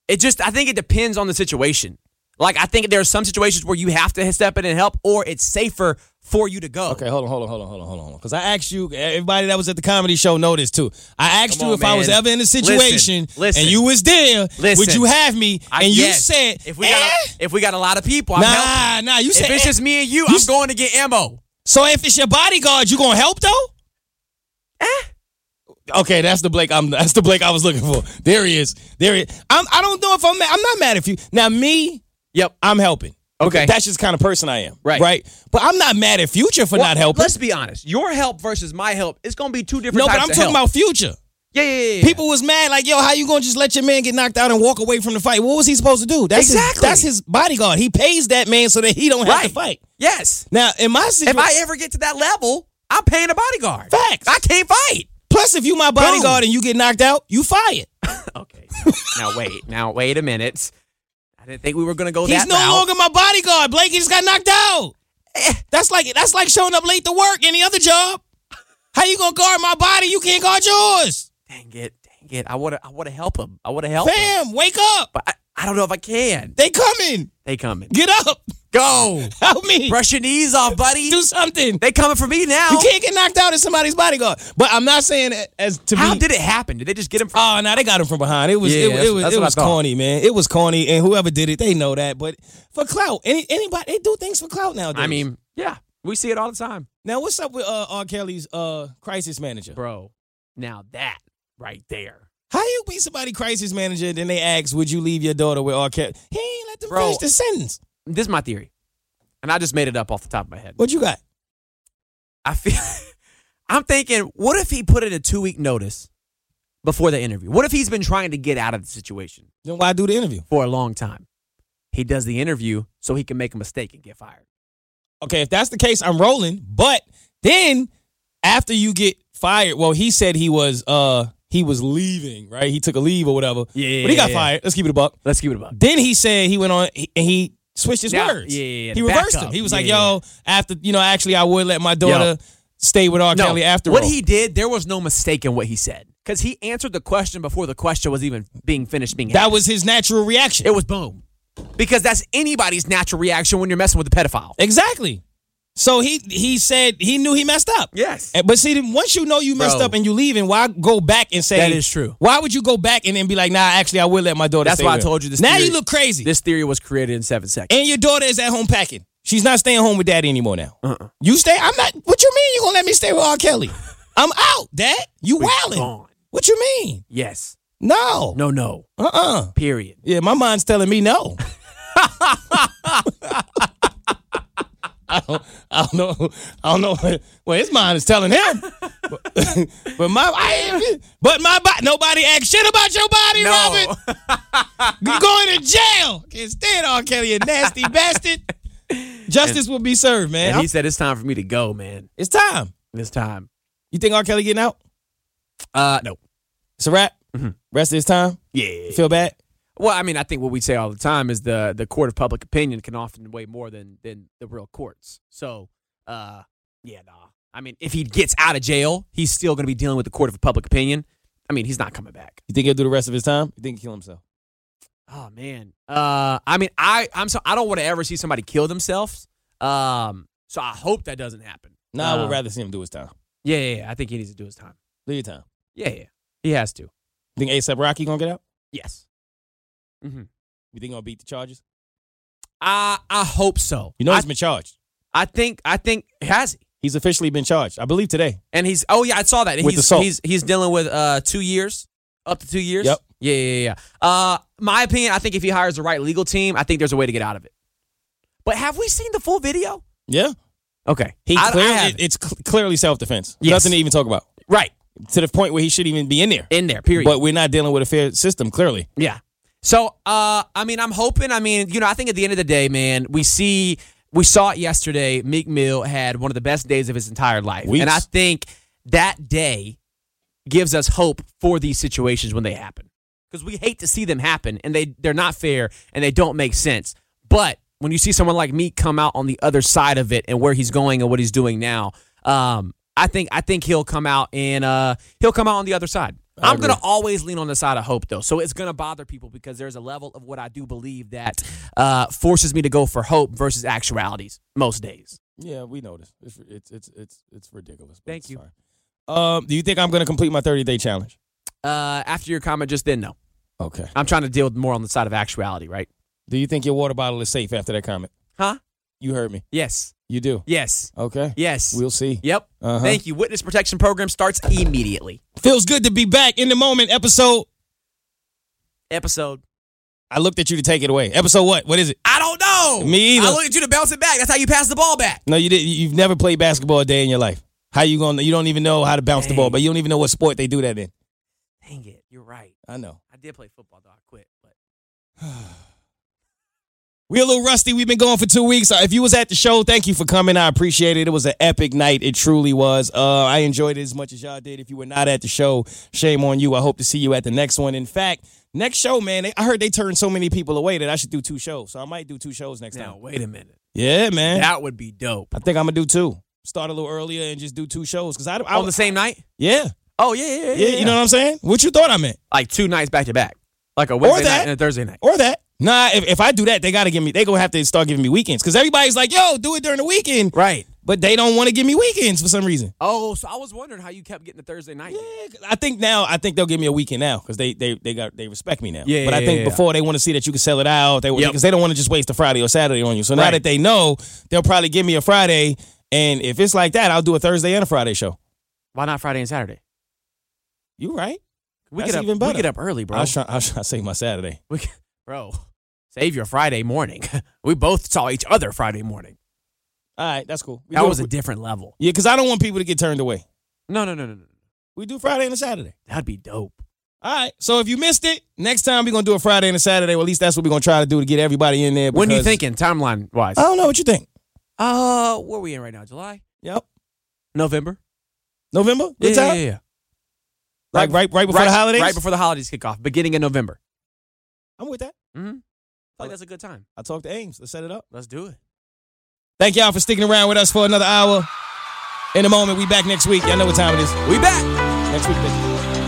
Speaker 3: it just I think it depends on the situation. Like I think there are some situations where you have to step in and help, or it's safer for you to go.
Speaker 2: Okay, hold on, hold on, hold on, hold on, hold on, hold on. Because I asked you, everybody that was at the comedy show know this too. I asked
Speaker 3: Come
Speaker 2: you
Speaker 3: on,
Speaker 2: if I was
Speaker 3: man.
Speaker 2: ever in a situation
Speaker 3: Listen, listen.
Speaker 2: and you was there, would
Speaker 3: Listen.
Speaker 2: you have me?
Speaker 3: I-
Speaker 2: and you
Speaker 3: yes,
Speaker 2: said,
Speaker 3: if we got
Speaker 2: eh?
Speaker 3: a, if we got a lot of people, I'm
Speaker 2: nah,
Speaker 3: helping.
Speaker 2: nah. You said,
Speaker 3: if it's
Speaker 2: eh.
Speaker 3: just me and you,
Speaker 2: you
Speaker 3: I'm
Speaker 2: s-
Speaker 3: going to get ammo.
Speaker 2: so if it's your bodyguard, you gonna help though? Eh? Okay, that's the Blake. I'm that's the Blake I was looking for. There he is. There he. I'm, I don't know if I'm. Mad. I'm not mad at you. Now me,
Speaker 3: Yep.
Speaker 2: I'm helping.
Speaker 3: Okay.
Speaker 2: that's just the kind of person I am.
Speaker 3: Right.
Speaker 2: Right. But I'm not mad at Future for not helping.
Speaker 3: Let's be honest. Your help versus my help is going to be two
Speaker 2: No,
Speaker 3: different.
Speaker 2: but
Speaker 3: types
Speaker 2: I'm
Speaker 3: of
Speaker 2: talking
Speaker 3: help.
Speaker 2: about Future.
Speaker 3: yeah, yeah, yeah, yeah.
Speaker 2: People was mad, like, yo, how you gonna just let your man get knocked out and walk away from the fight? What was he supposed to do? That's his,
Speaker 3: Exactly.
Speaker 2: that's his bodyguard. He pays that man so that he don't have
Speaker 3: right.
Speaker 2: to fight.
Speaker 3: Yes.
Speaker 2: Now, in my
Speaker 3: If
Speaker 2: situation,
Speaker 3: I ever get to that level, I'm paying a bodyguard.
Speaker 2: Facts.
Speaker 3: I can't fight.
Speaker 2: plus if you my bodyguard and you get knocked out, you fired.
Speaker 3: Okay. now wait. Now wait a minute. I didn't think we were gonna go
Speaker 2: He's
Speaker 3: that
Speaker 2: no
Speaker 3: route. Eh.
Speaker 2: longer my bodyguard. Blake, he just got knocked out. That's like that's like showing up late to work. Any other job? How you gonna guard my body? You can't guard yours.
Speaker 3: Dang it! Dang it! I wanna, I wanna help him. I wanna help him,
Speaker 2: Fam, wake up.
Speaker 3: but I, I don't know if I can.
Speaker 2: They coming.
Speaker 3: They coming.
Speaker 2: Get up. [laughs]
Speaker 3: [laughs] Go.
Speaker 2: Help me.
Speaker 3: Brush your knees off, buddy.
Speaker 2: Do something.
Speaker 3: They coming for me now.
Speaker 2: You can't get knocked out as somebody's bodyguard. But I'm not saying it as to
Speaker 3: How
Speaker 2: be.
Speaker 3: did it happen? Did they just get him? From-
Speaker 2: Oh, now they got him from behind. It was
Speaker 3: Yeah,
Speaker 2: it,
Speaker 3: that's-
Speaker 2: it was
Speaker 3: that's
Speaker 2: it
Speaker 3: what I
Speaker 2: was
Speaker 3: thought.
Speaker 2: corny, man. It was corny, and whoever did it, they know that. But for clout, any, anybody they do things for clout nowadays.
Speaker 3: I mean, yeah, we see it all the time,
Speaker 2: now what's up with uh, R. Kelly's uh, crisis manager?
Speaker 3: bro. Now that right there.
Speaker 2: How you be somebody crisis manager and then they ask, would you leave your daughter with R. Kelly? He ain't let them
Speaker 3: Bro.
Speaker 2: finish the sentence.
Speaker 3: This is my theory, and I just made it up off the top of my head.
Speaker 2: What you got?
Speaker 3: I feel [laughs] I'm thinking, what if he put in a two week notice before the interview? What if he's been trying to get out of the situation
Speaker 2: Then why do the interview?
Speaker 3: for a long time? He does the interview so he can make a mistake and get fired.
Speaker 2: Okay, if that's the case, I'm rolling. But then after you get fired, well, he said he was uh he was leaving, right? He took a leave or whatever.
Speaker 3: Yeah,
Speaker 2: But he got
Speaker 3: yeah.
Speaker 2: fired. Let's keep it a buck.
Speaker 3: Let's keep it about.
Speaker 2: Then he said he went on he- and he switched his
Speaker 3: Now-
Speaker 2: words.
Speaker 3: yeah, yeah, yeah.
Speaker 2: He
Speaker 3: Back
Speaker 2: reversed
Speaker 3: up.
Speaker 2: them. He was
Speaker 3: Yeah,
Speaker 2: like,
Speaker 3: yeah,
Speaker 2: "Yo, after you know, actually, I would let my daughter stay with R. Kelly after
Speaker 3: what
Speaker 2: all."
Speaker 3: he did, there was no mistake in what he said because he answered the question before the question was even being finished being asked.
Speaker 2: that was his natural reaction.
Speaker 3: It was boom because that's anybody's natural reaction when you're messing with a pedophile.
Speaker 2: exactly. So he he said he knew he messed up.
Speaker 3: Yes.
Speaker 2: And- But see, then once you know you messed
Speaker 3: Bro.
Speaker 2: up and you leaving, why go back and say
Speaker 3: That is true.
Speaker 2: Why would you go back and then be like, "Nah, actually, I will let my daughter."
Speaker 3: That's
Speaker 2: stay
Speaker 3: why I
Speaker 2: with him."
Speaker 3: told you this
Speaker 2: Now
Speaker 3: theory-
Speaker 2: you look crazy,
Speaker 3: This theory was created in seven seconds.
Speaker 2: and your daughter is at home packing. She's not staying home with daddy anymore now. You stay. I'm not. What you mean? You gonna let me stay with R. Kelly? I'm out, Dad. You wilding.
Speaker 3: gone.
Speaker 2: What you mean?
Speaker 3: Yes.
Speaker 2: No.
Speaker 3: No. No.
Speaker 2: Uh. uh
Speaker 3: Period.
Speaker 2: Yeah, my mind's telling me no. I don't, I don't know. I don't know. Well, his mind is telling him, but, [laughs] but my, I, but my body. Nobody asked shit about your body, Robert. [laughs] You're going to jail. Can't stand R. Kelly, you
Speaker 3: [laughs]
Speaker 2: nasty bastard. Justice will be served, man.
Speaker 3: And he
Speaker 2: I'm-
Speaker 3: said, "It's time for me to go, man.
Speaker 2: It's time.
Speaker 3: It's time."
Speaker 2: You think R. Kelly getting out?
Speaker 3: Uh, no.
Speaker 2: It's a wrap.
Speaker 3: Mm-hmm.
Speaker 2: Rest of his time.
Speaker 3: Yeah.
Speaker 2: Feel bad.
Speaker 3: Well, I mean, I think what we say all the time is the the court of public opinion can often weigh more than than the real courts. So, uh, yeah, nah. I mean, if he gets out of jail, he's still going to be dealing with the court of public opinion. I mean, he's not coming back.
Speaker 2: You think he'll do the rest of his time? You think he'll kill himself?
Speaker 3: Oh man. Uh, I mean, I I'm so I don't want to ever see somebody kill themselves. Um, so I hope that doesn't happen.
Speaker 2: No, I
Speaker 3: Uh,
Speaker 2: would rather see him do his time.
Speaker 3: Yeah, yeah, yeah. I think he needs to do his time.
Speaker 2: Do your time.
Speaker 3: Yeah, yeah. He has to.
Speaker 2: You think ASAP Rocky gonna get out?
Speaker 3: Yes. Mm-hmm.
Speaker 2: You think he gonna beat the charges?
Speaker 3: I I hope so.
Speaker 2: You know
Speaker 3: I,
Speaker 2: he's been charged.
Speaker 3: I think I think has he?
Speaker 2: He's officially been charged. I believe today.
Speaker 3: And he's oh yeah, I saw that. And
Speaker 2: With
Speaker 3: he's
Speaker 2: assault.
Speaker 3: he's he's dealing with uh two years, up to two years.
Speaker 2: Yep.
Speaker 3: Yeah, yeah, yeah. Uh, my opinion, I think if he hires the right legal team, I think there's a way to get out of it. But have we seen the full video?
Speaker 2: Yeah,
Speaker 3: Okay,
Speaker 2: he
Speaker 3: I, I
Speaker 2: clearly
Speaker 3: haven't.
Speaker 2: it's cl- clearly self defense.
Speaker 3: Yes.
Speaker 2: Nothing to even talk about
Speaker 3: right
Speaker 2: to the point where he shouldn't even be in there.
Speaker 3: in there. Period.
Speaker 2: But we're not dealing with a fair system. Clearly,
Speaker 3: Yeah. So, uh, I mean, I'm hoping. I mean, you know, I think at the end of the day, man, we see, we saw it yesterday. Meek Mill had one of the best days of his entire life,
Speaker 2: Weeks.
Speaker 3: and I think that day gives us hope for these situations when they happen, because we hate to see them happen, and they they're not fair and they don't make sense. But when you see someone like Meek come out on the other side of it and where he's going and what he's doing now, um, I think I think he'll come out and uh, he'll come out on the other side. I'm
Speaker 2: agree.
Speaker 3: gonna always lean on the side of hope though so it's gonna bother people because there's a level of what i do believe that uh, forces me to go for hope versus actualities most days
Speaker 2: yeah, we know this. It's it's it's it's, it's ridiculous. but
Speaker 3: Thank
Speaker 2: it's
Speaker 3: you.
Speaker 2: fine. Um, do you think I'm gonna complete my 30 day challenge?
Speaker 3: uh, after your comment just then no
Speaker 2: Okay.
Speaker 3: i'm trying to deal with more on the side of actuality right
Speaker 2: Do you think your water bottle is safe after that comment?
Speaker 3: huh
Speaker 2: You heard me.
Speaker 3: yes
Speaker 2: You do.
Speaker 3: yes
Speaker 2: Okay.
Speaker 3: yes
Speaker 2: We'll see.
Speaker 3: yep
Speaker 2: Uh-huh.
Speaker 3: thank you witness protection program starts immediately
Speaker 2: Feels good to be back in the moment. Episode.
Speaker 3: episode
Speaker 2: I looked at you to take it away. Episode what? What is it?
Speaker 3: i don't know
Speaker 2: Me either.
Speaker 3: i look at you to bounce it back that's how you pass the ball back
Speaker 2: No, you didn't. You've never played basketball a day in your life. How you gonna? You don't even know how to bounce the ball, but you don't even know what sport they do that in.
Speaker 3: dang it you're right
Speaker 2: I know.
Speaker 3: i did play football though i quit but
Speaker 2: We're a little rusty. We've been going for two weeks. Uh, If you was at the show, thank you for coming. I appreciate it. It was an epic night. It truly was. Uh, I enjoyed it as much as y'all did. If you were not at the show, shame on you. I hope to see you at the next one. In fact, next show, man, they, I heard they turned so many people away that I should do two shows. So I might do two shows next
Speaker 3: now
Speaker 2: time.
Speaker 3: wait a minute
Speaker 2: Yeah, man.
Speaker 3: that would be dope
Speaker 2: I think I'm gonna do two. Start a little earlier and just do two shows because I, I
Speaker 3: on the same night
Speaker 2: yeah
Speaker 3: oh yeah yeah
Speaker 2: yeah you know what I'm saying. What you thought I meant?
Speaker 3: like two nights back to back, like a Wednesday
Speaker 2: that.
Speaker 3: night and a Thursday night.
Speaker 2: Or that. Nah, if, if I do that, they gotta give me. They gonna have to start giving me weekends because everybody's like, "Yo, do it during the weekend,"
Speaker 3: Right.
Speaker 2: but they don't want to give me weekends for some reason.
Speaker 3: Oh, so I was wondering how you kept getting the Thursday night.
Speaker 2: Yeah, I think now. I think they'll give me a weekend now because they they they got they respect me now.
Speaker 3: Yeah,
Speaker 2: but I
Speaker 3: yeah,
Speaker 2: think
Speaker 3: yeah, yeah.
Speaker 2: before they want to see that you can sell it out. They because
Speaker 3: Yep.
Speaker 2: they don't want to just waste a Friday or Saturday on you. So now
Speaker 3: Right.
Speaker 2: that they know, they'll probably give me a Friday. And if it's like that, I'll do a Thursday and a Friday show.
Speaker 3: Why not Friday and Saturday?
Speaker 2: You right?
Speaker 3: We
Speaker 2: That's
Speaker 3: get up,
Speaker 2: even better.
Speaker 3: We get up early, bro.
Speaker 2: I was trying, I was trying to save my Saturday.
Speaker 3: We, bro, save your Friday morning. [laughs] we both saw each other Friday morning.
Speaker 2: All right, that's cool. We
Speaker 3: That
Speaker 2: do
Speaker 3: was
Speaker 2: it-
Speaker 3: a different level.
Speaker 2: yeah, because I don't want people to get turned away.
Speaker 3: No, no, no, no, no.
Speaker 2: We do Friday and a Saturday.
Speaker 3: That'd be dope.
Speaker 2: All right. So if you missed it, next time we're gonna do a Friday and a Saturday. Well, at least that's what we're gonna try to do to get everybody in there.
Speaker 3: When you
Speaker 2: because-
Speaker 3: thinking timeline wise?
Speaker 2: I don't know what you think.
Speaker 3: Uh, where we in right now? July,
Speaker 2: Yep.
Speaker 3: November.
Speaker 2: November. Good
Speaker 3: yeah,
Speaker 2: time.
Speaker 3: yeah, yeah.
Speaker 2: Like right, right before
Speaker 3: right,
Speaker 2: the holidays.
Speaker 3: Right before the holidays kick off, beginning of November.
Speaker 2: I'm with that.
Speaker 3: Mm-hmm. I feel like that's a good time.
Speaker 2: I talked to Ames. Let's set it up.
Speaker 3: Let's do it.
Speaker 2: Thank y'all for sticking around with us for another hour. In a moment, we back next week. Y'all know what time it is.
Speaker 3: We back.
Speaker 2: Next week. baby.